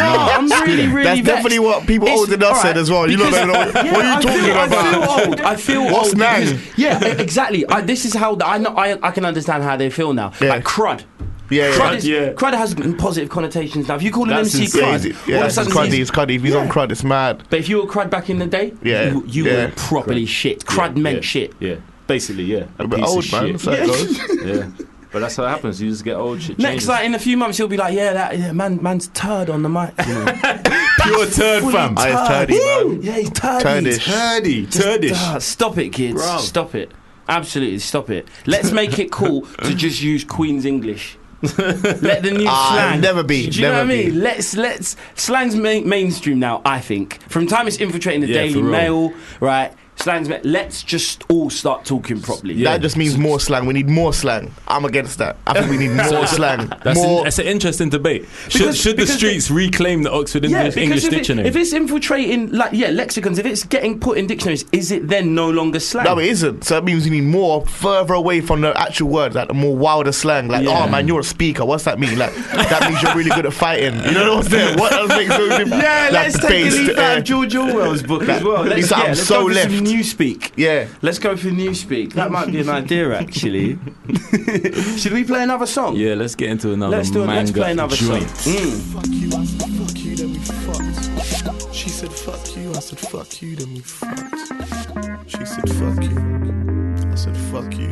No, I'm really, really. That's vexed. definitely what people It's- older than us all said right, as well. You lot because- don't know what- yeah, what are you I talking feel- about? I feel old. I feel What's old. because- nang? Yeah, e- exactly. I, this is how th- I know. I, I can understand how they feel now. Yeah. Like crud. Yeah, Crud, yeah. is, crud has positive connotations now. If you call an That's MC insane. Yeah, crud, he's- all yeah, of a it's sudden cruddy. he's- It's cruddy. If he's on crud, it's mad. But if you were crud back in the day, Yeah, you, you yeah. were properly shit. Crud meant shit. Yeah. Basically, yeah. A But piece old of man, shit. so it goes. yeah. But that's how it happens. You just get old shit. Next, like in a few months, he'll be like, "Yeah, that yeah, man, man's turd on the mic." You know? pure turd Fully fam. Ah, it's turdy, man. Yeah, he's turdy. Turdish. Turdy. Ah, stop it, kids. Bro. Stop it. Absolutely, stop it. Let's make it cool to just use Queen's English. Let the new Ah, slang never be, Do you know never what I be. mean? Let's let's slang's main, mainstream now. I think from the time it's infiltrating the Yeah, Daily for real. Mail, right? Slang's. ma- Let's just all start talking properly. That just means more slang. We need more slang. I'm against that. I think we need more slang. That's, more. an, that's an interesting debate. Should, Because- should the because the- streets reclaim the Oxford English, because English if, it- Dictionary? if it's infiltrating, like yeah, lexicons. If it's getting put in dictionaries, is it then no longer slang? no, it isn't. So that means we need more further away from the actual words, like the more wilder slang. Like, Yeah. oh man, you're a speaker. What's that mean? Like, that means you're really good at fighting. You know what I'm saying? What else makes so different? Yeah, let's take a based, leaf uh, out of George Orwell's book as well. He Let's, said, yeah, "I'm let's so go for some left." Newspeak. Yeah. Let's go for Newspeak. That might be an idea, actually. Should we play another song? yeah, let's get into another Let's do it. manga Let's play another joint. song. Mm. Fuck you, I said fuck you, then we fucked. She said fuck you, I said fuck you, then we fucked. She said fuck you, I said fuck you.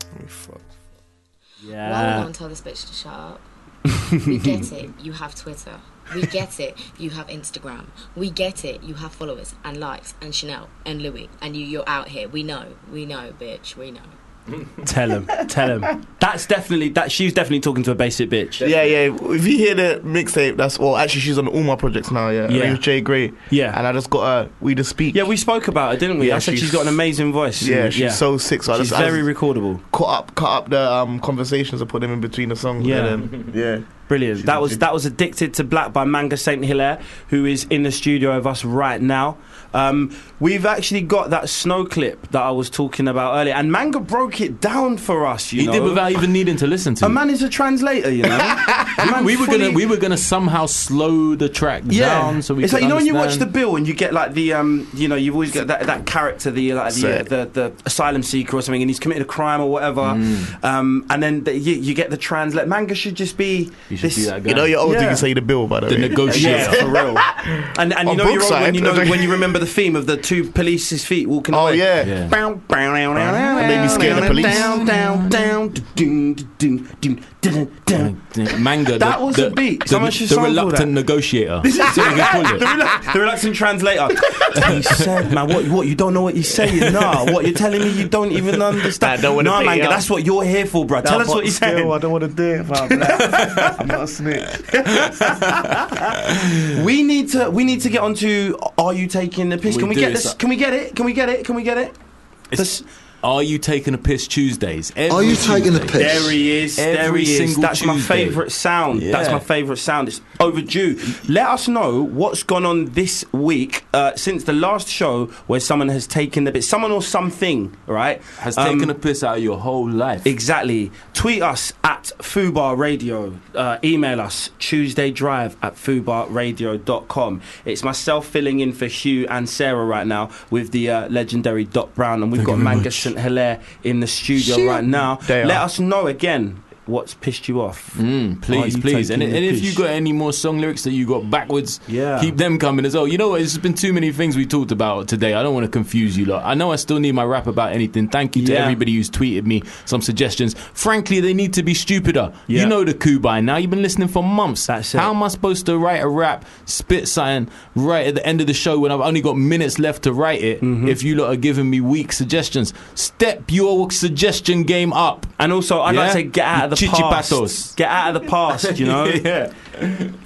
Then we fucked. Why would one tell this bitch to shut up? We get it, you have Twitter. We get it, you have Instagram. We get it, you have followers and likes and Chanel and Louis and you you're out here. We know, we know, bitch, we know. Tell him, tell him. That's definitely that. She's definitely talking to a basic bitch. Yeah, yeah. If you hear the mixtape, that's well. Actually, she's on all my projects now. Yeah, Yeah. yeah. was Jay Gray, Yeah, and I just got her. We just speak. yeah. We spoke about it, didn't we? Yeah, I said she's she's- got an amazing voice. yeah. She's so sick. So I she's just, I very just recordable. caught up, cut up the um, conversations and put them in between the songs. Yeah. Yeah, and then, yeah. Brilliant. She's that was amazing. that was addicted to black by Manga Saint Hilaire, who is in the studio with us right now. Um, we've actually got that snow clip that I was talking about earlier, and Manga broke it down for us. You He know, did without even needing to listen to. a it. man is a translator. You know, Man we were fully- gonna we were gonna somehow slow the track down so we. it's could like you know when you watch the understand. bill and you get like the um you know you've always got that, that character the like the, uh, Sick. the the asylum seeker or something and he's committed a crime or whatever um and then the, you, you get the translate manga should just be You should this be that guy. You know, you're old. Yeah. You say the bill, by the, the way. negotiator. yeah, for real. And and you On know both you're old when you know sides. when you remember the theme of the two police's feet walking Oh away. yeah. Yeah. That made me scared of the police. Down, down, down, doom, doom, doom, doom, doom. Manga. That the, was the, a beat. The, Someone should the sample reluctant that. negotiator. So we can call it. the, relu- the reluctant translator. he said, "Man, what? What? You don't know what you're saying? Nah, what you're telling me? You don't even understand? I don't wanna nah, pay man, up. that's what you're here for, bro. Tell us what you're saying. I don't want to do it. I'm, not a snitch. We need to. We need to get onto. Are you taking the piss? We can we do, get this? it's like- Can we get it? Can we get it? Can we get it? This- Are you taking a piss Tuesdays? Every Are you taking a Tuesday. piss? There he is. Every there he is. single That's my Tuesday. favourite sound. Yeah. That's my favourite sound. It's overdue. Let us know what's gone on this week uh, since the last show where someone has taken the bit. Someone or something, right? Has Um, taken a piss out of your whole life. Exactly. Tweet us at Fubar Radio. Uh, email us Tuesday Drive at FubarRadio.com. It's myself filling in for Hugh and Sarah right now with the uh, legendary Dot Brown, and we've got Manga St. Hilaire in the studio right now. They Let are. us know again what's pissed you off. Mm, please, you please. And, taking and the if piss? you got any more song lyrics that you got backwards, Yeah. keep them coming as well. You know what? It's been too many things we talked about today. I don't want to confuse you lot. I know I still need my rap about anything. Thank you to Yeah. everybody who's tweeted me some suggestions. Frankly, they need to be stupider. Yeah. You know the coup by now. You've been listening for months. That's it. How am I supposed to write a rap, spit something right at the end of the show when I've only got minutes left to write it Mm-hmm. if you lot are giving me weak suggestions? Step your suggestion game up. And also, I'd like Yeah. to get out of the Chichipatos. past. Get out of the past, you know? yeah.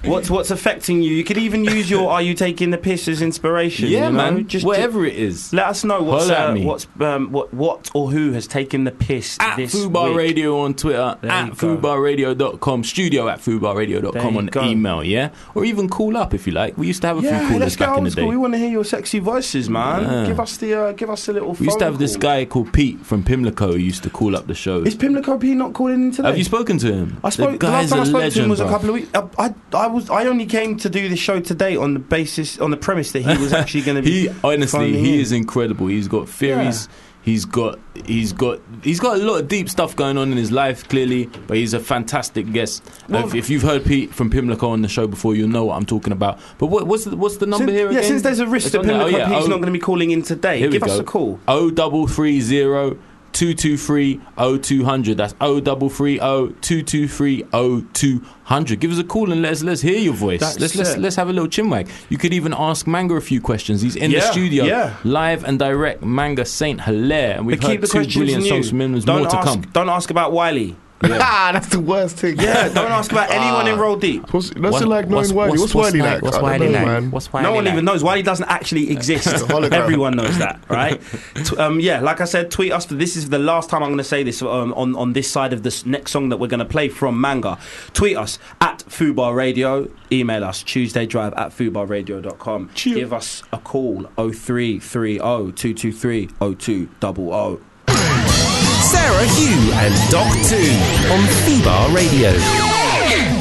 What's what's affecting you? You could even use your Are You Taking the Piss as inspiration. Yeah, you know? man. Just Whatever it is. Let us know what's, Holler at uh, me. what's um, what what or who has taken the piss at this Fubar week. Radio on Twitter, There at you go. FubarRadio.com, studio at There FubarRadio.com you on go. email, yeah? Or even call up if you like. We used to have a Yeah, few callers let's get back in old the school. day. We We want to hear your sexy voices, man. Yeah. Give us the uh, give us a little. used to phone have this call. guy called Pete from Pimlico who used to call up the show. Is Pimlico P not calling in today? Have you spoken to him? I spoke. The, guy's last time I a spoke to him legend, was a bruv. couple of weeks. uh, I, I, I was. I only came to do this show today on the basis, on the premise that he was actually going to be. He honestly, phoning he in. is incredible. He's got theories. He's got he's got he's got a lot of deep stuff going on in his life, clearly. But he's a fantastic guest. Well- if, if you've heard Pete from Pimlico on the show before, you'll know what I'm talking about. But what, what's the, what's the number Since- here again? yeah, since there's a risk It's that on there. Pimlico Oh, yeah. P's Oh, not going to be calling in today, Here we give us go. a call. O double three zero two two three O two hundred. That's O double three O two two three O two hundred. Give us a call and let's let's hear your voice. That's let's let's it. let's have a little chinwag. You could even ask Manga a few questions. He's in the Yeah, studio, yeah. live and direct. Manga Saint Hilaire, and we've but keep heard the two questions brilliant new. songs from him. There's don't more to ask, come. Don't ask about Wiley. Ah, that's the worst thing. Ah. Yeah, don't ask about anyone in Roll Deep. What's, that's What- it like knowing Wiley. What's, Wiley like? I don't know, man. What's No one even knows. Wiley doesn't actually exist. hologram. Everyone knows that, right? T- um, yeah, like I said, tweet us. This is the last time I'm going to say this um, on, on this side of this next song that we're going to play from Manga. Tweet us at Fubar Radio. Email us Tuesday Drive at FubarRadio.com. Give us a call 0330 223 0200. Sarah Hugh and Doc 2 on Fubar Radio.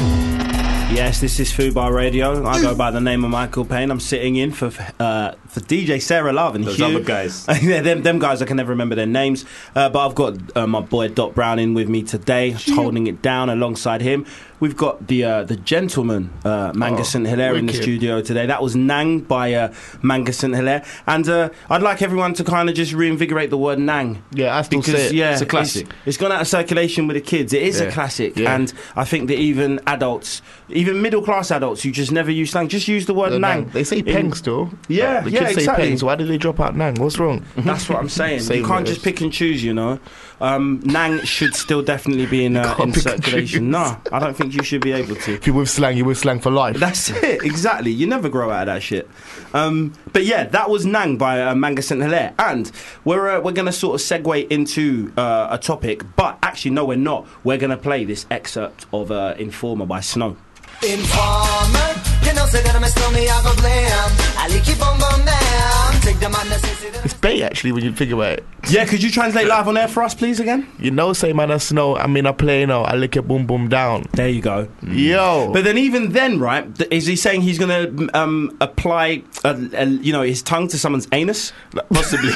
Yes, this is Fubar Radio. I Mm. go by the name of Michael Payne. I'm sitting in for uh, for DJ Sarah Love and Hugh. guys. yeah, them, them guys, I can never remember their names. Uh, but I've got uh, my boy Dot Brown in with me today, holding it down alongside him. We've got the uh, the gentleman, uh, Manga Oh, St. Hilaire, in the wicked. studio today. That was Nang by uh, Manga St. Hilaire. And uh, I'd like everyone to kind of just reinvigorate the word Nang. Yeah, I still say Because it. yeah, It's a classic. it's gone out of circulation with the kids. It is a Yeah. classic, Yeah. and I think that even adults, even middle class adults who just never use slang, just use the word The nang. nang. They say in- peng still. Yeah, the yeah, kids exactly. say peng. So why did they drop out nang? What's wrong? That's what I'm saying. Same you can't with just pick and choose, you know. Um, Nang should still definitely be in, uh, in pick and circulation. No, I don't think you should be able to. If you're with slang, you're with slang for life. That's it, exactly. You never grow out of that shit. Um, but yeah, that was Nang by uh, Manga St. Hilaire. And we're, uh, we're going to sort of segue into uh, a topic, but actually, no, we're not. We're going to play this excerpt of uh, Informer by Snow. Informer, you know, say that I'm a stormy, I go blam. I like keep on going down. Take the man that says it. It's bait actually when you think about it. Yeah, could you translate live on air for us, please, again? You know, say man, I snow. I mean, I play now. I lick it, boom, boom, down. There you go. Yo. Mm. But then, even then, right? th- Is he saying he's going to um, apply, uh, uh, you know, his tongue to someone's anus? Possibly,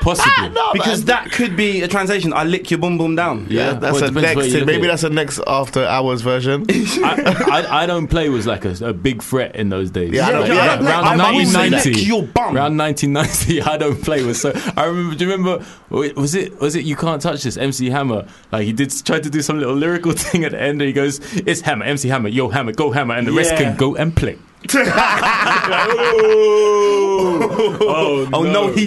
possibly. because that could be a translation. I lick your bum bum down. Yeah, that's a next. Maybe that's a next after hours version. I, I, I don't play was like a, a big threat in those days. Yeah, I don't- Like, yeah, I don't- around I wouldn't say 1990, lick your bum. around 1990, I don't play was so. I remember. Do you remember? Was it was it you can't touch this? MC Hammer, like he did try to do some little lyrical thing at the end. And he goes, "It's Hammer, MC Hammer, yo Hammer, go Hammer," and the rest Yeah. can go and play. oh, no. he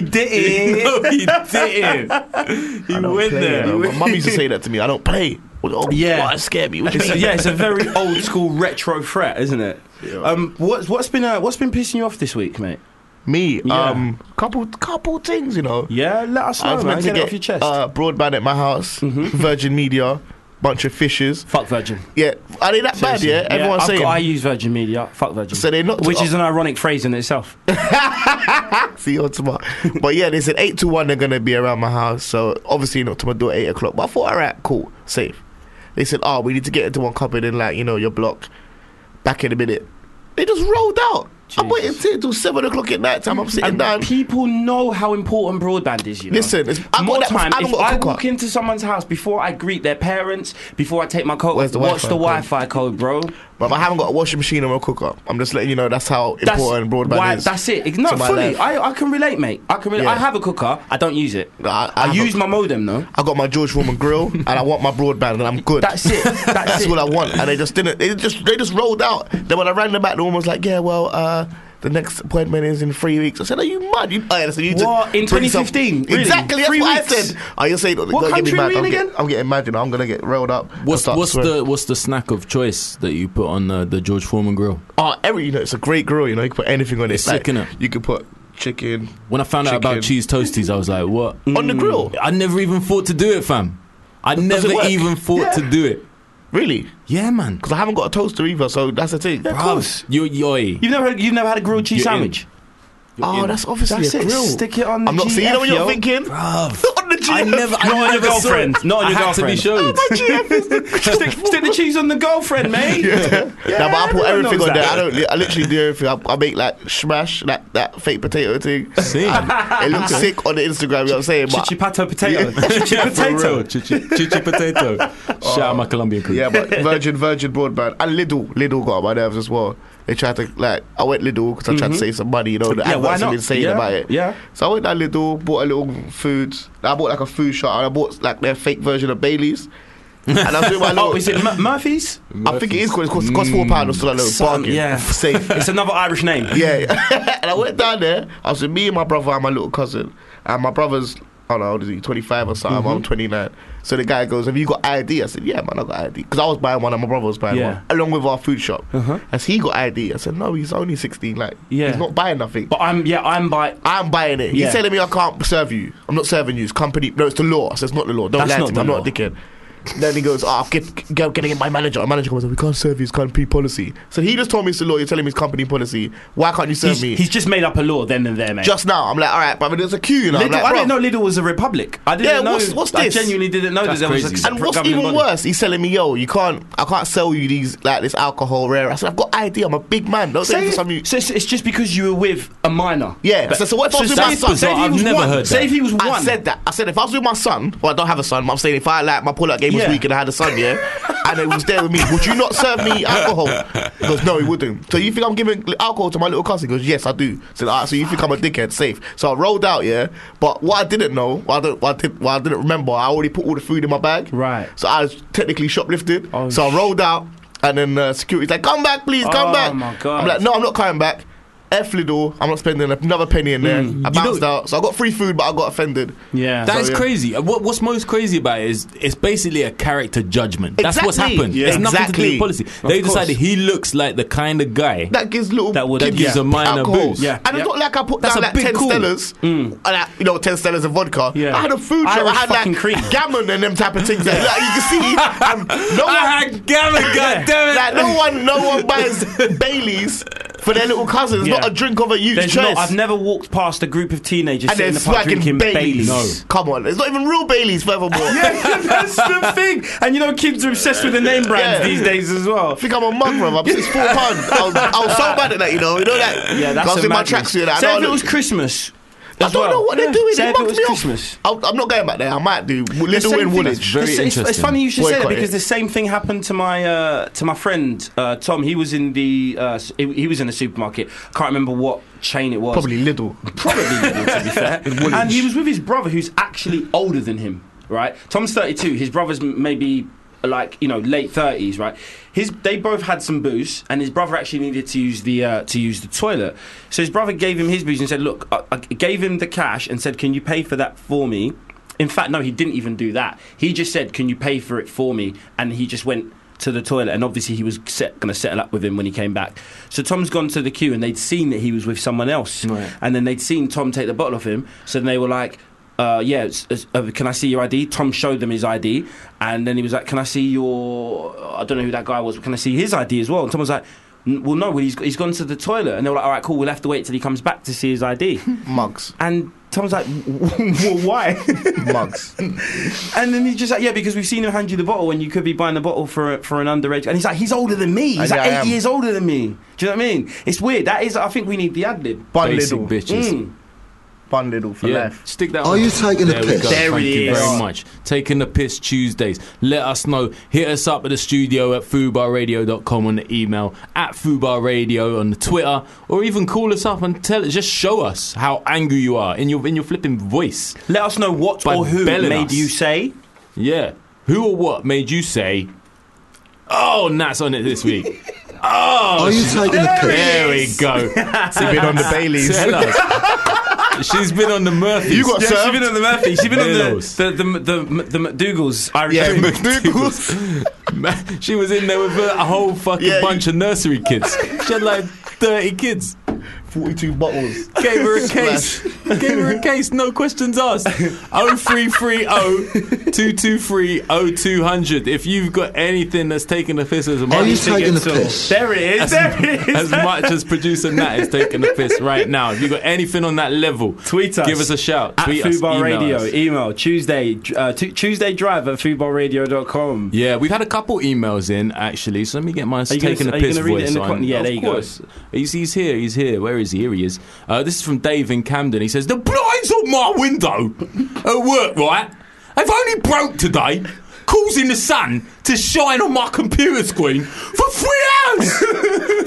didn't. no, he didn't. He went play, there. you know. Uh, My mum used to say that to me. I don't play. Oh, Yeah. God, it scared me. What you It's- say? yeah, it's a very old school retro threat, isn't it? Um, what's what's been uh, what's been pissing you off this week, mate? Me, um, couple couple things, you know. Yeah, let us know, I was man. meant to Get it get off your chest. Mm-hmm. Uh, broadband at my house. Virgin Media, bunch of fishes. Fuck Virgin. Yeah, are they that Seriously. bad? Yeah, everyone's I've saying. got- I use Virgin Media. Fuck Virgin. So they knocked Which it is an ironic phrase in itself. See you tomorrow. but yeah, they said eight to one they're gonna be around my house. So obviously not to my door at eight o'clock. But I thought, all right, cool, safe. They said, oh, we need to get into one cupboard in like you know your block. Back in a minute. They just rolled out. I'm waiting till, till seven o'clock at night time. I'm sitting And um, down. People know how important broadband is. You know? Listen, it's, I More got that, time. I If got I a walk cooker. into someone's house before I greet their parents, before I take my coat, Where's the what's the Wi-Fi Wi-Fi code, bro? But I haven't got a washing machine or a cooker. I'm just letting you know that's how important broadband why- is. That's it. to No, my fully. life. I, I can relate, mate. I can relate. Yeah. I have a cooker. I don't use it. I, I use my modem though. I got my George Foreman grill, and I want my broadband, and I'm good. That's it. That's, it. what I want. And they just didn't. They just they just rolled out. Then when I rang them back, the woman was like, "Yeah, well, uh, the next appointment is in three weeks." I said, "Are you mad? You, I said, you need to What? In bring some- 2015? Really? Exactly. That's Three what I weeks? said. Are you saying? What don't get me country are mad. we in I'm get- again? I'm getting mad. You know, I'm gonna get rolled up. I'll What's start what's swearing. the what's the snack of choice that you put on uh, the, the George Foreman grill? Oh, every you know, it's a great grill. You know, you can put anything on it. It's sick, innit? You could put chicken. When I found out about Chicken. cheese toasties, I was like, "What Mm. On the grill? I never even thought to do it, fam. I Does it never work? even thought to do it. Really? Yeah, man. Because I haven't got a toaster either, so that's the thing. Bruv, You, yo, You've never you've never had a grilled cheese You're in. sandwich. Oh, that's obviously That's a it. grill. Stick it on. The I'm not. GF, See, you know what yo. you're thinking? bruv. on the GF. I never, I Not on your never saw girlfriend. it. Not on your I had to be girlfriend. showed. Oh stick, stick the cheese on the girlfriend, mate. Nah, but I put everyone everything knows on there. I that. don't. I literally do everything. I, I make like smash that that fake potato thing. It looks sick on the Instagram. You know what I'm saying? But, Chichipato potato. Chichipato potato. Chichi, chichi potato. Shout out my Colombian crew. Oh. yeah, but Virgin Virgin Broadband and Lidl Lidl got on my nerves as well. They tried to like I went Lidl because I tried to save some money. You know the Mm-hmm. Yeah, why adverts have not? been saying Yeah, about it. yeah. So I went down Lidl, bought a little food. I bought like a food shop and I bought like their fake version of Bailey's. And I was doing my little. Oh, is it Mur- Murphy's? I think it is called. It cost, cost four pounds. It's still a little Some- bargain. yeah. safe. It's another Irish name. Yeah. and I went down there. I was with me and my brother and my little cousin. And my brother's, I don't know, how old is he? 25 or something. Mm-hmm. I'm 29. So the guy goes, Have you got ID? I said, Yeah, man, I got ID. Because I was buying one and my brother was buying Yeah. Uh-huh. one, along with our food shop. As he got ID, I said, No, he's only 16. Like, Yeah. he's not buying nothing. But I'm yeah I'm by. I'm buying it. He's Yeah. telling me I can't serve you. I'm not serving you. It's company. No, it's the law. So it's not the law. Don't That's lie not to me. the I'm law. not a dickhead. Then he goes, oh, get, get, get, get my manager. My manager comes, we can't serve you. It's company policy. So he just told me it's the law. You're telling me it's company policy. Why can't you serve He's, me? he's just made up a law then and there, mate. just now. I'm like, all right, brother, there's a queue. You know? I'm Lidl, like, I didn't "Bruv." know Lidl was a republic. I didn't Yeah, know. what's- what's I this? genuinely didn't know That's that there was a crazy. separate And what's governing even body. worse, he's telling me, yo, you can't, I can't sell you these like this alcohol rare. I said, I've got ID. I'm a big man. Don't say Say, for some you. so it's, it's just because you were with a minor. Yeah, so, so what if I was with my say, son? say if he I've was never one. heard Say that. if he was one. I said that. I said if I was with my son, well, I don't have a son, but I'm saying if I like my pull-out game Yeah. was weak and I had a son, yeah, and it was there with me, would you not serve me alcohol? He goes, no, he wouldn't. So you think I'm giving alcohol to my little cousin? He goes, yes, I do. So, all right, so you think I'm a dickhead? Safe. So I rolled out, yeah. But what I didn't know, what I, don't, what I, did, what I didn't remember, I already put all the food in my bag. Right. So I was technically shoplifted. Oh, so I rolled out. And then uh, security's like, come back, please, come Oh, back. my God. I'm like, no, I'm not coming back. F Lidl, I'm not spending another penny in there. Mm. I You bounced know- out. So I got free food, but I got offended. Yeah. That So, is yeah. crazy. Uh, What, what's most crazy about it is it's basically a character judgment. That's what's Exactly. happened. Yeah. It's nothing to do Exactly. with policy. Of they course. decided he looks like the kind of guy That gives little that would kids that gives a minor alcohol. boost. And it's not like I put That's down a like big 10 call. Stellas, and I, you know, 10 Stellas of vodka. I had a food shop. I Irish had fucking like gammon and them type of things. Like, like, you can see. um, no one, I had gammon, goddammit. Like, no one, no one buys Baileys for their little cousins, Yeah. not a drink of a youth's There's choice. not, I've never walked past a group of teenagers and sitting they're in the pub drinking swagging Baileys. Baileys. Come on, it's not even real Baileys furthermore. yeah, that's the thing. And you know, kids are obsessed with the name brands Yeah. these days as well. I think I'm a mug, bro. I'm six four pound. I was, I was so bad at that, you know. You know that. Yeah, that's I was a in my madness. tracksuit. and I Say don't if it look- was Christmas. I as don't well. know what Yeah. they're doing. Say They if it mugged was me Christmas. off. I- I'm not going back there. I might do. The Little same in thing- Woolwich. the same- it's, it's funny you should say that Boycott because it. the same thing happened to my uh, to my friend uh, Tom. He was in the uh, s- he, he was in the supermarket. I can't remember what chain it was. Probably Lidl. Probably Lidl, to be fair. In Woolwich. and he was with his brother, who's actually older than him. Right, Tom's thirty-two. His brother's m- maybe like you know late thirties. Right, his they both had some booze, and his brother actually needed to use the uh, to use the toilet. So his brother gave him his booze and said, "Look, I, I gave him the cash and said, can you pay for that for me?'" In fact, no, he didn't even do that. He just said, "Can you pay for it for me?" And he just went to the toilet, and obviously he was set, going to settle up with him when he came back. So Tom's gone to the queue, and they'd seen that he was with someone else, and then they'd seen Tom take the bottle off him. So then they were like. Uh, yeah, it's, it's, uh, can I see your ID? Tom showed them his ID, and then he was like, "Can I see your? I don't know who that guy was, but can I see his ID as well?" And Tom was like, "N- "Well, no, well, he's he's gone to the toilet." And they were like, "All right, cool, we'll have to wait till he comes back to see his ID." Mugs. And Tom's like, "Well, why?" Mugs. And then he's just like, yeah, because we've seen him hand you the bottle, and you could be buying the bottle for a- for an underage. And he's like, he's older than me. He's Yeah, like I eight am. years older than me. Do you know what I mean? It's weird. That is, I think we need the ad lib. Bun Basic Lidl. bitches. Mm. Bun Lidl for Yeah, life. Stick that. Are on. you taking the there We piss? go. There Thank it you is. very much. Taking the piss Tuesdays. Let us know. Hit us up at the studio at foobarradio.com on the email at foobarradio on the Twitter, or even call us up and tell us. Just show us how angry you are in your in your flipping voice. Let us know what or who made you say. Yeah, who or what made you say? Oh, Nat's on it this week. Oh, Are you she's- taking the piss? There we go. She's been on the Baileys. Tell us. She's been on the Murphys. You got Yeah, she's served. been on the Murphys. She's been on the- the the the the, McDougal's Irish. Yeah, McDougal's. she was in there with a, a whole fucking bunch of nursery kids. She had like thirty kids. Forty-two bottles. Gave her a case. Gave her a case. No questions asked. 0330 223 0200. If you've got anything that's taking the piss as much There it is. As, There it is. as much as producer Nat is taking the piss right now. If you've got anything on that level, tweet us. Give us a shout. At tweet us, Foodbar email Radio, us. email Tuesday, uh, t- Tuesday Drive at foodbarradio.com. Yeah, we've had a couple emails in actually, so let me get my Are you gonna- taking are the you piss gonna read it voice in the on. con- yeah, of there you go. course. He's, he's here, he's here. Where is he? Here he is. Uh, this is from Dave in Camden. He says, The blinds on my window at work, right? They've only broke today, causing the sun to shine on my computer screen for three hours!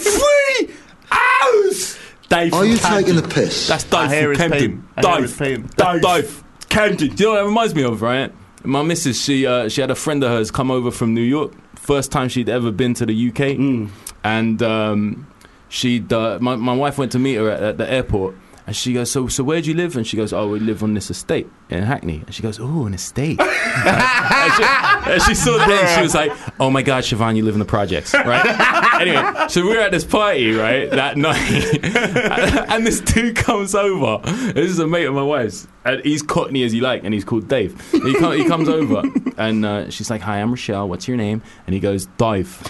three hours! Dave Are you taking the piss? That's Dave I hear from his Camden. pain. I hear his Dave. Dave. Dave. Camden. Do you know what it reminds me of, right? My missus, she uh, she had a friend of hers come over from New York. First time she'd ever been to the UK. Mm. And um, she'd, uh, my, my wife went to meet her at, at the airport. And she goes, so, so where do you live? And she goes, oh, we live on this estate in Hackney. And she goes, oh, an estate. and, she, and she saw the thing, she was like, oh my God, Siobhan, you live in the projects, right? anyway, so we were at this party, right, that night. and this dude comes over. This is a mate of my wife's. And he's cockney as you like, and he's called Dave. And he, come, he comes over, and uh, she's like, hi, I'm Rochelle. What's your name? And he goes, Dave.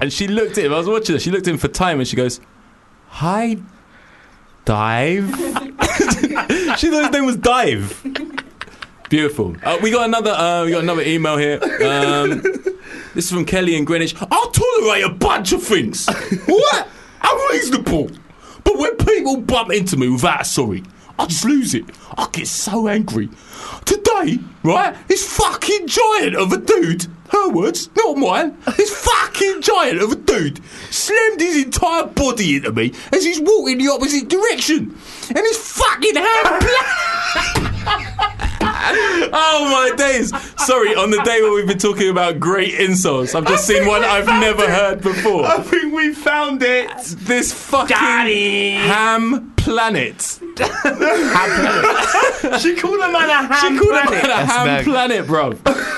And she looked at him. I was watching her. She looked at him for time, and she goes, hi, Dive. she thought his name was Dive. Beautiful. Uh, we got another. Uh, we got another email here. Um, this is from Kelly in Greenwich. I'll tolerate a bunch of things. What? I'm reasonable. But when people bump into me without a sorry, I just lose it. I get so angry. Today, right? This fucking giant of a dude. Her words, not mine. This fucking giant of a dude slammed his entire body into me as he's walking the opposite direction, and his fucking hand. bla- oh my days! Sorry, on the day where we've been talking about great insults, I've just seen one I've never heard before. I think we found it. This fucking ham planet. ham planet. she called a man a She called a man planet. a That's ham mad. planet, bro.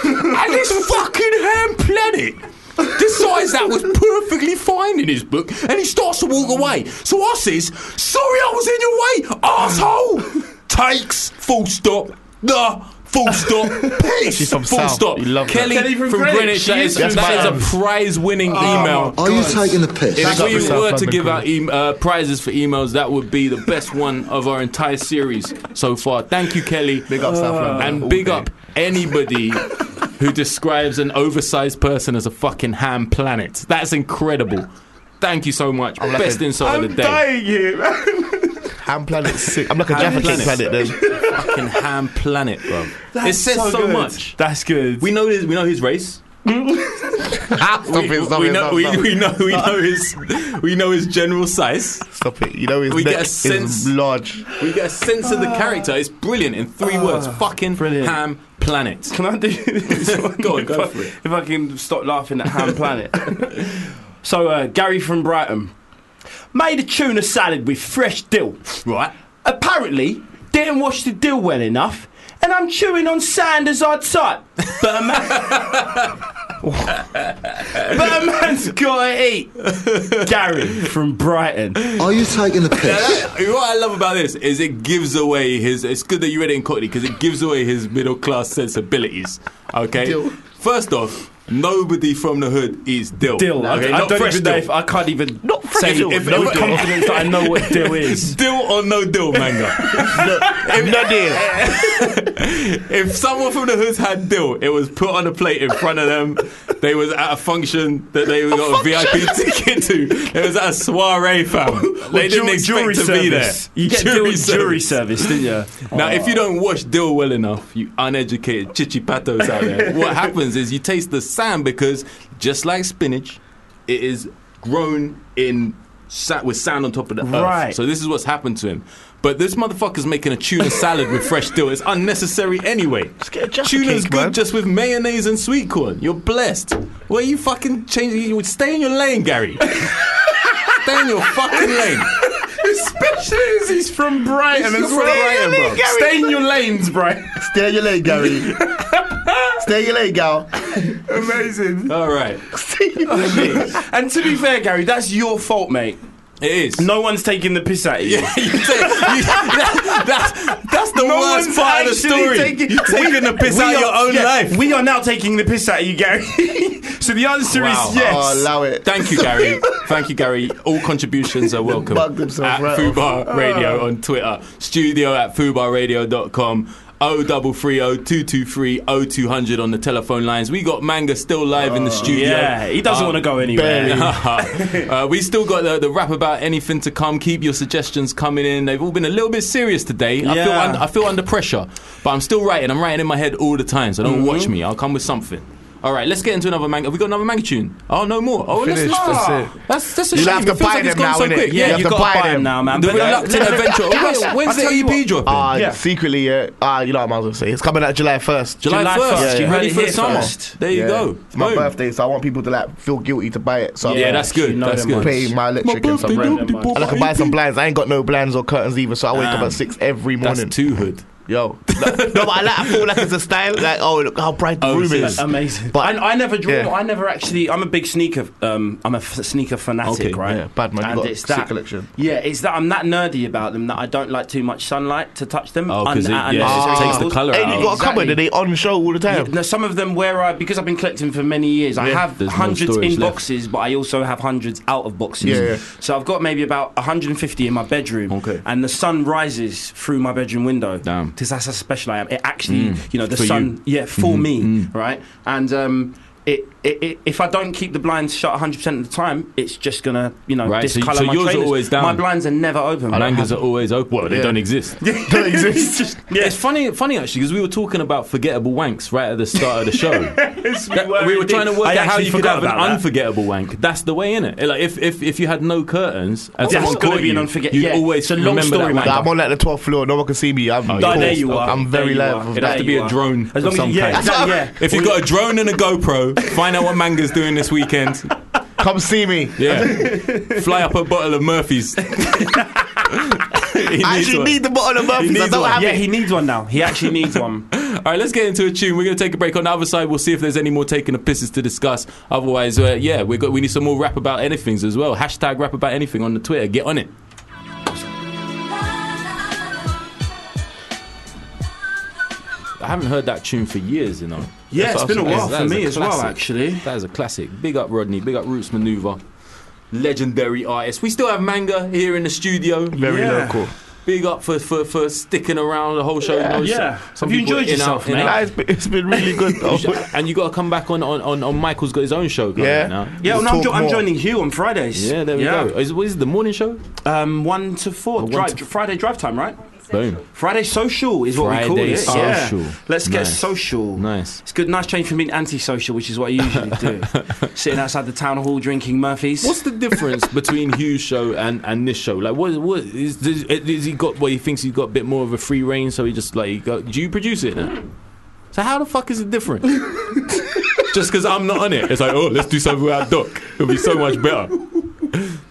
and this fucking ham planet. Decides that was perfectly fine in his book, and he starts to walk away. So I says, "Sorry, I was in your way, asshole." Takes full stop. The full stop. Peace. She's from full South. stop. You love that. Kelly, Kelly from from Greenwich. Greenwich, that she is, is from that is South. Oh. a prize-winning email. Are you taking the piss? Big If up we to South were to London give out em- uh, prizes for emails, that would be the best one of our entire series so far. Thank you, Kelly. Big up South London all And big day. up anybody who describes an oversized person as a fucking ham planet. That's incredible. Thank you so much. I'm like best a- insult of I'm the day. dying here, man. Ham planet sick. I'm like a Jaffa Cake planet then. fucking ham planet, bro. That's it says so so, good. much. That's good. We know his, we know his race. Stop we, it, stop we it, know, stop, we, stop. we know we know his we know his general size. Stop it. You know his We neck get a sense is large. We get a sense of the Ah. character. It's brilliant in three words. Fucking ham planet. Can I do this one? Go on, go If I- for it. If I can stop laughing at Ham Planet. so, uh, Gary from Brighton made a tuna salad with fresh dill. Right. Apparently, didn't wash the dill well enough, and I'm chewing on sand as I type. But a man. but a man's gotta eat. Gary from Brighton. Are you taking the Now, piss? that- what I love about this is it gives away his. It's good that you read it in Cockney because it gives away his middle class sensibilities. Okay. Dill. First off, nobody from the hood eats dill. Dill. Okay. I, I not don't fresh even know dill. if I can't even not say dill, with no no dill. confidence that I know what dill is. Dill or no dill manga. if, no deal. if someone from the hoods had dill, it was put on a plate in front of them. They was at a function that they got a VIP ticket to. It was at a soiree, fam. they didn't expect to be there. You get deal with jury service, didn't you? Now, if you don't wash dill well enough, you uneducated chichipatos out there, what happens is you taste the sand because just like spinach, it is grown in sa- with sand on top of the Right. earth. So this is what's happened to him. But this motherfucker's making a tuna salad with fresh dill. It's unnecessary anyway. Tuna's cake, good man. just with mayonnaise and sweet corn. You're blessed. Well, you fucking changing? You would stay in your lane, Gary. stay in your fucking lane. Especially as he's from Brighton. He's as from well. Brighton, bro. Stay in your lanes, Brighton. Stay in your leg, Gary. Stay in your leg, gal. Amazing. All right. and to be fair, Gary, that's your fault, mate. It is. No one's taking the piss out of you. you take, you, that, that's, that's the No worst one's part of the actually story. taking- You're taking the piss We out of are- your own yeah, life. We are now taking the piss out of you, Gary. so the answer Wow. is yes. Oh, allow it. Thank you, Gary. Thank you, Gary. All contributions are welcome Bugged Ah. himself at right Fubar Radio on Twitter, studio at fubarradio.com. 0330 223 0200 on the telephone lines. We got Manga still live in the studio. Oh, yeah, he doesn't want to go anywhere. barely. uh, we still got the, the rap about anything to come. Keep your suggestions coming in. They've all been a little bit serious today. I, feel Yeah. un- I feel under pressure, but I'm still writing. I'm writing in my head all the time, so don't Mm-hmm. watch me. I'll come with something. All right, let's get into another manga. Have we got another manga tune? Oh, no more. Oh, let's Finished, not. that's it. That's, that's a You'll shame. have to It feels buy like it's them gone now, so innit? quick. You Yeah, have you to got buy them. now, man. the But, uh, reluctant let's- adventure. Guys, Wait, When's I'll the tell you EB what. dropping? Ah, Yeah. secretly, yeah. Ah, you know what I might as well say. It's coming out July 1st. July, July 1st. first, You you heard ready it for here summer? first. There you Yeah. go. It's my Boom. birthday, so I want people to like feel guilty to buy it. So Yeah, I'm that's good. You know That's them good. ones. pay my electric and some rent. And I can buy some blinds. I ain't got no blinds or curtains either, so I wake up Damn. at six every That's morning. two hood. Yo, no, no, but I, like, I feel like it's a style. Like, oh, look how bright the Oh, room so- is. Amazing. But- I, I never draw. yeah. I never actually. I'm a big sneaker. Um, I'm a f- sneaker fanatic, Okay, right? yeah, bad man, you And got a it's sick that, collection. Yeah, it's that I'm that nerdy about them that I don't like too much sunlight to touch them. Oh, 'cause Un- it- at yeah, it unnecessary takes the angles. colour And Ah. you Exactly. got a cupboard and they on show all the time. Yeah, no, some of them where I because I've been collecting for many years. I Yeah. have There's no hundreds storage in left. boxes, but I also have hundreds out of boxes. Yeah, yeah. So I've got maybe about 150 in my bedroom. Okay. And the sun rises through my bedroom window. Damn. Mm. Because that's how special I am. It actually, you know, the For you. sun, yeah, for me, right? And um, it, it, it, if I don't keep the blinds shut 100% of the time, it's just gonna, you know, Right, so you- discolor so my yours are trainers. always down. My blinds are never open. Mangas are always open. Well, they Yeah. don't exist. don't exist. It's funny, funny actually, because we were talking about forgettable wanks right at the start of the show. we, were, trying to work I out how actually you could forgot have an about that. unforgettable wank. That's the way in it. Like if, if if you had no curtains and Yeah, someone it's gonna caught be an you, unforget- you'd yeah, always it's a long remember story, that man. wank. I'm on like the 12th floor. No one can see me. I'm Oh, yeah. cool. There you are. I'm very There you loud. are. It'd have to be a drone As of long as- some yeah, kind. exactly, yeah. If you've got a drone and a GoPro, find out what Manga's doing this weekend. Come see me. Yeah. Fly up a bottle of Murphy's. I actually need the bottle of Murphy's. I don't have it. needs one now. He actually needs one. All right, let's get into a tune. We're going to take a break. On the other side, we'll see if there's any more taking the pisses to discuss. Otherwise, uh, yeah, we got we need some more rap about anythings as well. Hashtag rap about anything on the Twitter. Get on it. I haven't heard that tune for years, you know. Yeah, That's it's what I was been a amazed. while That for is a me as well, classic. actually. That is a classic. Big up Rodney. Big up Roots Maneuver. Legendary artist. We still have Manga here in the studio. Very Yeah. local. Big up for, for, for sticking around the whole show. you Yeah. know, so- Yeah. some Have you people enjoyed in, out, yourself, in, mate? out. Nah, it's been- it's been really good, though. You should- and you got to come back on, on, on, on Michael's got his own show going Yeah. now. Yeah, well, no, I'm, jo- I'm joining Hugh on Fridays. Yeah, there we go. Is, what is it, the morning show? Um, one to four. one Drive, to- Friday drive time, right? Boom. Friday social is what we call Friday it. social. Yeah. Let's get Nice. social. Nice. It's good. Nice change from being antisocial, which is what I usually do. Sitting outside the town hall drinking Murphy's. What's the difference between Hugh's show and, and this show? Like, what what is does, is he got? Well, he thinks he's got a bit more of a free reign, so he just like. he Go, do you produce it? Now? So how the fuck is it different? just because I'm not on it, it's like, oh, let's do something without Doc. It'll be so much better.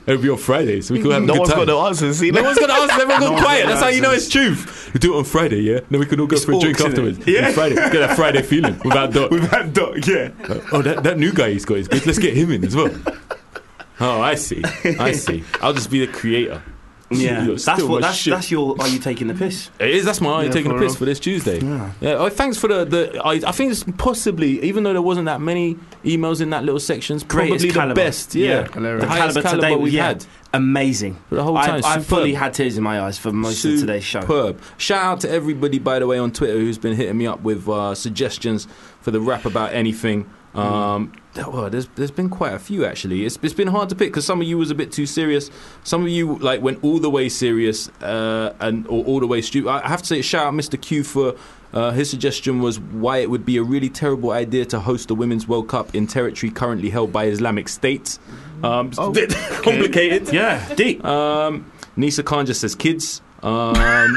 It'll be on Friday, so we could have a No good one's time. got the answers. See, No one's got the answers. Everyone No got one's quiet. got the That's how you know answers. it's truth. We do it on Friday, yeah. Then we can all go for a drink awkward, isn't it? afterwards. Yeah, Yeah. Friday. Get that Friday feeling without Doc. Without Doc, yeah. oh, that, that new guy he's got is good. Let's get him in as well. Oh, I see. I see. I'll just be the creator. Yeah, You're that's still my what. That's, shit. that's your. Are you taking the piss? It is. That's my eye Yeah, taking a for piss real. for this Tuesday. Yeah. oh, thanks for the. the I, I think it's possibly, even though there wasn't that many emails in that little section, it's probably Greatest the caliber. best. Yeah. The the highest caliber, caliber today we've yeah, had. Amazing. The whole time, I, I superb. fully had tears in my eyes for most of today's show. Superb. Shout out to everybody, by the way, on Twitter who's been hitting me up with uh, suggestions for the rap about anything. Um, th- well, there's there's been quite a few actually. It's it's been hard to pick because some of you was a bit too serious. Some of you like went all the way serious uh, and or all the way stupid. I I have to say, shout out Mr. Q for. Uh, his suggestion was why it would be a really terrible idea to host the Women's World Cup in territory currently held by Islamic State. Um, complicated. Yeah, deep. Um, Nisa Khan just says kids. Um,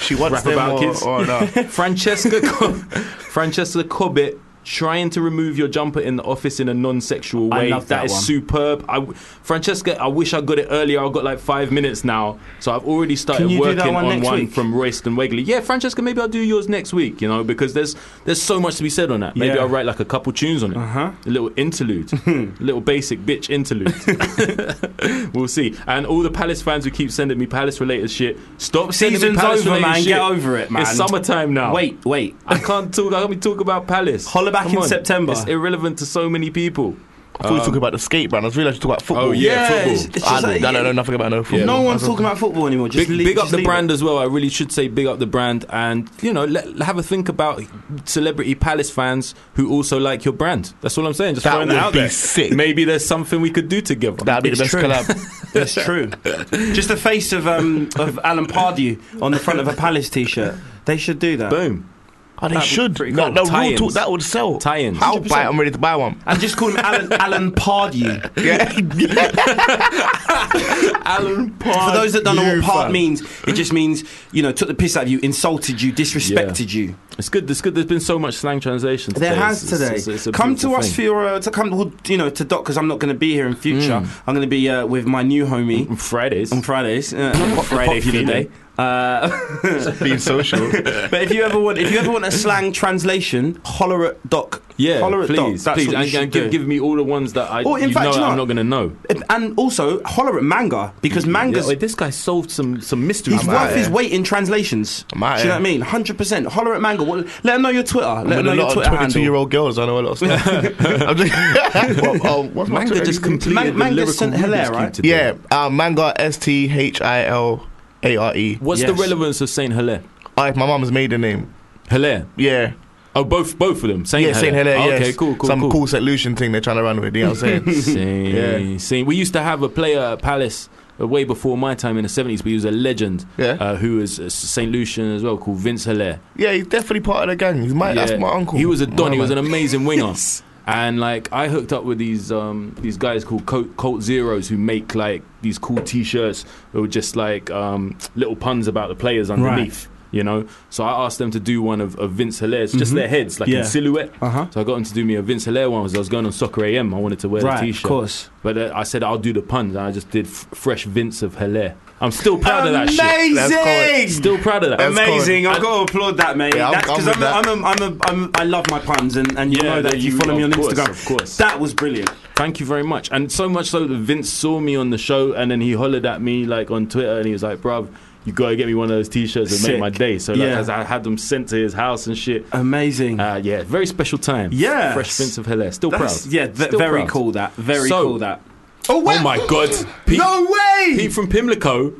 she wants rap them about or- kids. or no. Francesca, Co- Francesca Cobbett trying to remove your jumper in the office in a non-sexual I way. love that that is one. superb. I w Francesca, I wish I got it earlier. I've got like five minutes now, so I've already started Can you do working that one on next one week? from Royston Wegley. Yeah, Francesca, maybe I'll do yours next week. You know, because there's there's so much to be said on that. Maybe Yeah. I'll write like a couple tunes on it. Uh-huh. A little interlude, a little basic bitch interlude. We'll see. And all the Palace fans who keep sending me Palace related shit, stop sending me Season's Palace over, related man. shit. Get over it, man. It's summertime now. Wait, wait. I can't talk. I can't be talking about Palace. Holler back Come in on. September. It's irrelevant to so many people. I thought we were talking about the skate, man. I was realised you talk about football. Uh. Oh, yeah, Yeah, football. it's- it's I, just like- I don't know nothing about no football. No one's talking about football anymore. Just big, leave, big up just the leave it. brand as well. I really should say big up the brand, and you know, let, have a think about celebrity Palace fans who also like your brand. That's all I'm saying. Just That throwing that would out be there. sick. Maybe there's something we could do together. That'd be the best collab. That's true. Just the face of um, of Alan Pardew on the front of a Palace T-shirt. They should do that. Boom. Oh, they That'd be should. pretty No, cool. no, real Tie-ins. talk, that would sell. Tie-ins. I'll buy it. I'm ready to buy one. And just call him Alan Alan Pardew. Alan Pardew. For those that don't know what part fam. means, it just means you know took the piss out of you, insulted you, disrespected you. It's good. It's good. There's been so much slang translation. There today. has It's- it's- today. it's- it's a come to beautiful us thing. for your uh, to come well, you know to Doc because I'm not going to be here in future. Mm. I'm going to be uh, with my new homie on Fridays. On Fridays, uh, not Friday feeling. today. Uh, Being social. but if you ever want, if you ever want a slang translation, holler at Doc. Yeah, holler at please, Doc. That's please, what you and, should and give, do. give me all the ones that I Or, in you fact, know you know I'm not what? going to know. and also holler at manga because manga's Yeah, wait, this guy solved some some mysteries. He's worth his weight in translations. Do you know out what here. I mean? Hundred percent. Holler at Mango. Well, let him know your Twitter. Let him With know a your lot of Twitter 22 handle. year old girls, I know a lot of stuff. I'm just, Well, oh, what's my Manga Twitter? just completed Man- the Manga lyrical Saint Hilaire, Rubik's Cube right? today. Yeah, uh, manga S T H I L A R E. What's the Yes. relevance of Saint Hilaire? I, my mum's maiden name. Hilaire. Yeah. Oh, both both of them. Saint yeah, Saint Helier. Helier. yes. Oh, Okay, cool, cool, Some cool. cool St. Lucian thing they're trying to run with. You know what I'm saying? Same, same. We used to have a player at Palace uh, way before my time in the 70s, but he was a legend yeah. uh, who was uh, St. Lucian as well, called Vince Hilaire. Yeah, he's definitely part of the gang. He's my, That's Yeah. my uncle. He was a don. My He was an man. amazing winger. And like I hooked up with these um, these guys called Colt, Colt Zeros who make like these cool T-shirts with just like um, little puns about the players underneath. You know, so I asked them to do one of, of Vince Hilaire's, just Mhm. their heads, like in Yeah. silhouette. Uh-huh. So I got them to do me a Vince Hilaire one because I was going on Soccer AM. I wanted to wear Right, the of T-shirt, course. But uh, I said I'll do the puns, and I just did f- fresh Vince of Hilaire. I'm still proud of that shit. Amazing! Still proud of that. Amazing! I've got to applaud that, mate. Yeah, I'm- That's because I'm I'm, with I'm, a- I'm, a- I'm, I love my puns, and, and you Yeah, know that that you, you- follow me on of course, Instagram. of course. that was brilliant. Thank you very much. And so much so that Vince saw me on the show and then he hollered at me like on Twitter and he was like, bruv, you gotta get me one of those t shirts and Sick. make my day. So like, Yeah. as I had them sent to his house and shit. Amazing. Uh, yeah, very special time. Yes. Fresh Vince of Hilaire. Still That's- proud. yeah, ve- Still very proud. cool that. Very So- cool that. Oh, my god. Pete, no way! Pete from Pimlico.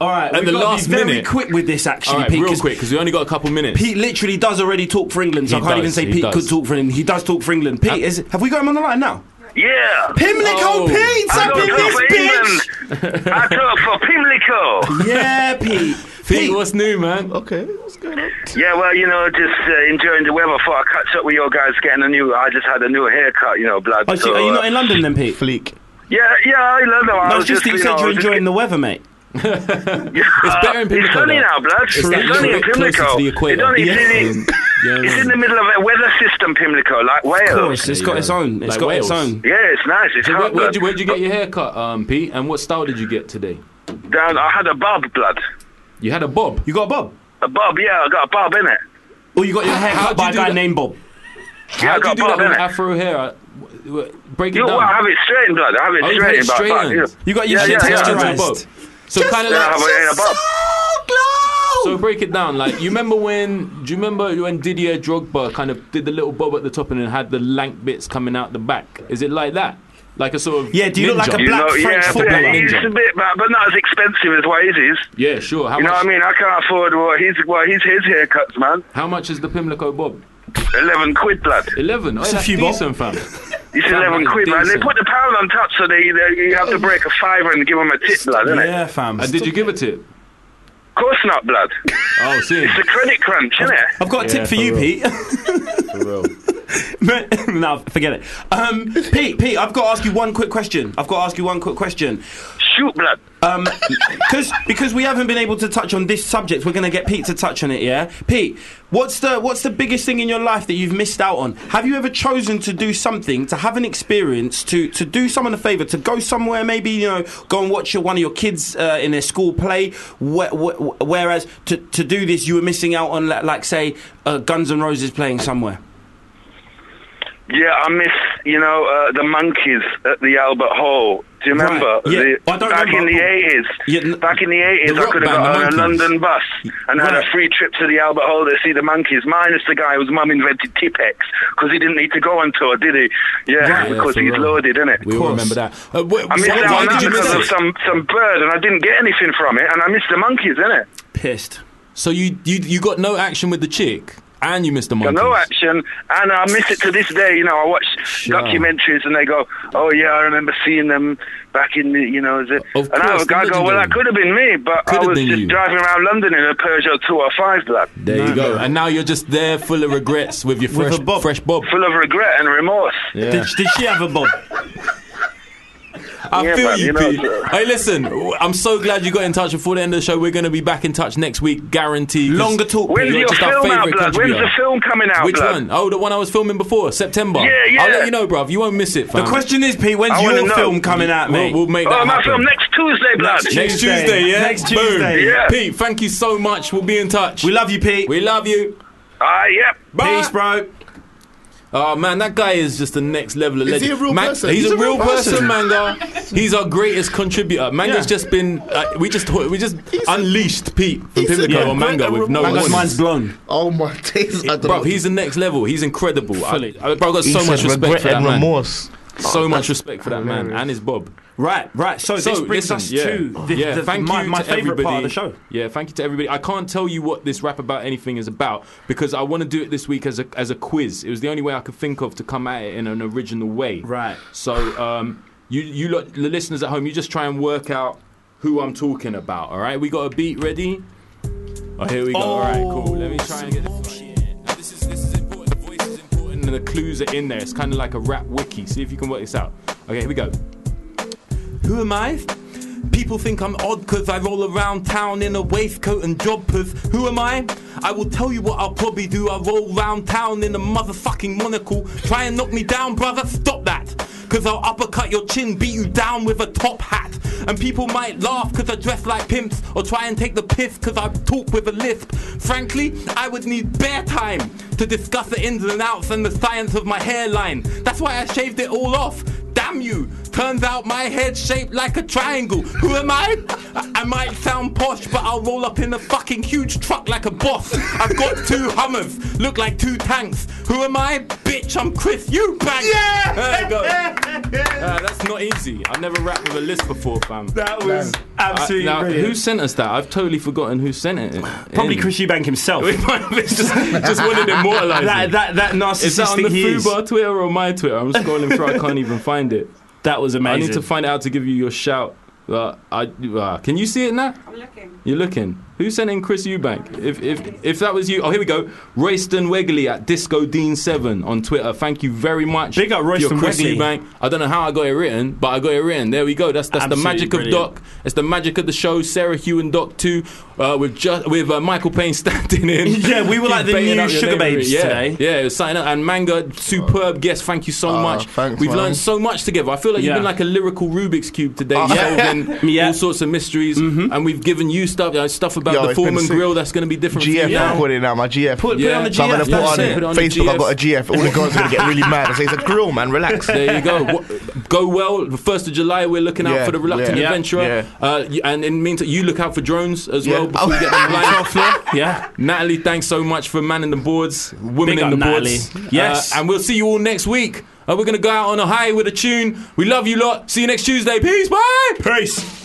All right, at we've the gotta be last very minute. quick with this, actually, All right, Pete, real 'cause- quick because we only got a couple minutes. Pete literally does already talk for England, so He I can't does, even say he Pete does. Uh, could talk for England. He does talk for England. Pete, is, have we got him on the line now? Yeah. Pimlico Oh. Pete's I up in don't this talk for England. I talk for Pimlico. Yeah, Pete. Pete, what's new, man? Okay. Yeah, well, you know, just uh, enjoying the weather. Thought I catch up with your guys getting a new. I just had a new haircut, you know, blood. Oh, so so, are you uh, not in London then, Pete? Fleek. Yeah, yeah, I love them. I No, was it's just that you you said know, you're I was just- enjoying the weather, mate. Uh, better in Pimlico, It's sunny though. now, blood. It's It's, that little sunny in bit closer to Pimlico. the It's, equator. only, Yeah. it's, in, it's in the middle of a weather system, Pimlico, like Wales. Of course, it's got its own. It's It's got its own. Yeah, it's nice. It's So where, hot, where'd, blood. you, where'd you get your haircut, um, Pete? And what style did you get today? Down, I had a bob, blood. You had a bob. You got a bob. A bob, yeah, I got a bob in it. Oh, you got your hair cut by a guy named Bob. Yeah, I How do you got do bob that in with it. afro hair? Uh, w- w- Break it You know down. what? I have it straightened, blood. I have it Oh, you've had straightened. it but- but, straightened. yeah. You got your yeah, shit yeah, texturized. Yeah, So kind of Yeah, I have it in like. a bob. So break it down. Like you remember when? Do you remember when Didier Drogba kind of did the little bob at the top and then had the lank bits coming out the back? Is it like that? Like a sort of Yeah, do you look ninja? like a black French yeah, but footballer? It's a bit, but, but not as expensive as what his is. Yeah, sure. How you know much? what I mean? I can't afford what his what his his haircuts, man. How much is the Pimlico bob? Eleven quid, blood. Eleven. Oh, It's a that's few bob. decent, fam. It's Fam, eleven that is quid, man. They decent. put the pound on top, so they, they you have to break a fiver and give them a tip, blood, isn't it? Yeah, fam. And did you give a tip? Of course not, blood. Oh, see. It's a credit crunch, isn't it? I've got a tip for you, Pete. no, forget it. Um, Pete, Pete, I've got to ask you one quick question. I've got to ask you one quick question. Shoot blood. Um, cause, because we haven't been able to touch on this subject, we're going to get Pete to touch on it, yeah? Pete, what's the, what's the biggest thing in your life that you've missed out on? Have you ever chosen to do something, to have an experience, to, to do someone a favour, to go somewhere, maybe, you know, go and watch your, one of your kids uh, in their school play, wh- wh- whereas to, to do this, you were missing out on, like, like say, uh, Guns N' Roses playing somewhere? Yeah, I miss you know uh, the monkeys at the Albert Hall. Do you Right, remember? yeah. The- I don't back remember. in the eighties. back in the eighties, the I rock could have band, got the on a Monkees. London bus and had Right. a free trip to the Albert Hall to see the monkeys. Minus the guy whose mum invented Tipex because he didn't need to go on tour, did he? Yeah, Right, yeah, because for he's real. loaded, isn't it? We all remember that. Uh, wh- I missed why- out why on that did you miss because of it? some some bird, and I didn't get anything from it, and I missed the monkeys, innit? Pissed. So you, you you got no action with the chick, and you missed the Got monkey. no action, and I miss it to this day. You know, I watch documentaries, and they go, "Oh yeah, I remember seeing them back in the, you know." The, Of and I, course, would- I go, legendary. "Well, that could have been me, but Could I have was been just you. driving around London in a Peugeot 205, blood, There you go. And now you're just there, full of regrets, with your fresh bob. fresh bob. full of regret and remorse." Yeah. Did, did she have a bob? I Yeah, feel but, you, you know, Pete. so- Hey, listen, w- I'm so glad you got in touch before the end of the show. We're going to be back in touch next week, guaranteed. 'cause Longer talk, you're When's your just our film favourite out, blood? When's the contributor. film coming out, Which blood? one? Oh, the one I was filming before, September. Yeah, yeah. I'll let you know, bruv. You won't miss it, fam. The question is, Pete, when's I wanna your know. film coming out, We'll- mate? we'll make Oh, that my happen. film next Tuesday, blood. Next Tuesday, yeah? Next Boom. Tuesday. Yeah. Pete, thank you so much. We'll be in touch. We love you, Pete. We love you. Ah, yep. Bye. Peace, bro. Oh man, that guy is just the next level of Is legend. he a real Man- person? He's, a, real person, person. Manga. He's our greatest contributor. Manga's Yeah. just been uh, we just we just unleashed Pete from Pimlico on Manga with no Manga's warning. mind's blown. Oh my days! I don't Bro, know. he's the next level. He's incredible. I, I, bro, I've got He so said much respect regret for that and man. remorse. So much respect for that man and his bob. Right, right. So, this brings listen, us yeah. to the, yeah, the- thank my, you my to favorite part of the show. everybody. Yeah, thank you to everybody. I can't tell you what this rap about anything is about because I want to do it this week as a as a quiz. It was the only way I could think of to come at it in an original way. Right. So um, you you lot, the listeners at home, you just try and work out who I'm talking about. All right, we got a beat ready. Oh, here we go. All right, cool. Let me try and get this. Right. Oh, Now, this is this is important. Voice is important, and the clues are in there. It's kind of like a rap wiki. See if you can work this out. Okay, here we go. Who am I? People think I'm odd cause I roll around town in a waistcoat and job puss. Who am I? I will tell you what I'll probably do. I roll round town in a motherfucking monocle. Try and knock me down, brother. Stop that. Cause I'll uppercut your chin, beat you down with a top hat. And people might laugh cause I dress like pimps or try and take the piss cause I talk with a lisp. Frankly, I would need bare time to discuss the ins and outs and the science of my hairline. That's why I shaved it all off. Damn you! Turns out my head's shaped like a triangle. Who am I? I I might sound posh, but I'll roll up in a fucking huge truck like a boss. I've got two Hummers, look like two tanks. Who am I? Bitch, I'm Chris Eubanks! Yeah! There you go. Uh, that's not easy. I've never rapped with a list before, fam. That was absolutely now, brilliant. Who sent us that? I've totally forgotten who sent it. Probably in. Chris Eubank himself. just, just wanted to immortalize that, it. that, that narcissistic Is that on the he is. Fubar Twitter or my Twitter? I'm scrolling through. I can't even find it. That was I amazing. need to find out to give you your shout. Uh, I, uh, can you see it now? I'm looking. You're looking. Who sent in Chris Eubank? If if if that was you, oh here we go. Royston Wegley at Disco Dean Seven on Twitter. Thank you very much. Big up Royston Chris Wegley. Eubank. I don't know how I got it written, but I got it written. There we go. That's that's the Absolutely magic brilliant. of Doc. It's the magic of the show. Sarah Hugh and Doc Two uh, with just with uh, Michael Payne standing in. Yeah, we were Keep like the baiting new up your Sugar neighbour. Babes yeah. today. Yeah, it was signing up. And Manga, superb guest. Thank you so Ah, much. thanks, We've man. learned so much together. I feel like you've Yeah. been like a lyrical Rubik's cube today, Ah. solving all sorts of mysteries. And we've given you stuff, uh, stuff about Mm-hmm. Yo, the it's been Foreman sick. Grill that's going to be different. for GF, you I'm now. calling it now, my GF. Put- put it on the So I'm gonna GF, that's it. Put put it on on the Facebook, I've got a GF. GF. All the girls are going to get really mad and say, it's a grill, man, relax. There you go. What, go well. The first of July, we're looking out Yeah, for the reluctant yeah, adventurer. yeah. Uh, y- and in the meantime, you look out for drones as well Yeah. before we get them lined off there. Yeah. Natalie, thanks so much for manning the boards, women Big in up, the boards. Natalie. Yes. Uh, and we'll see you all next week. Uh, we're gonna go out on a high with a tune. We love you lot. See you next Tuesday. Peace. Bye. Peace.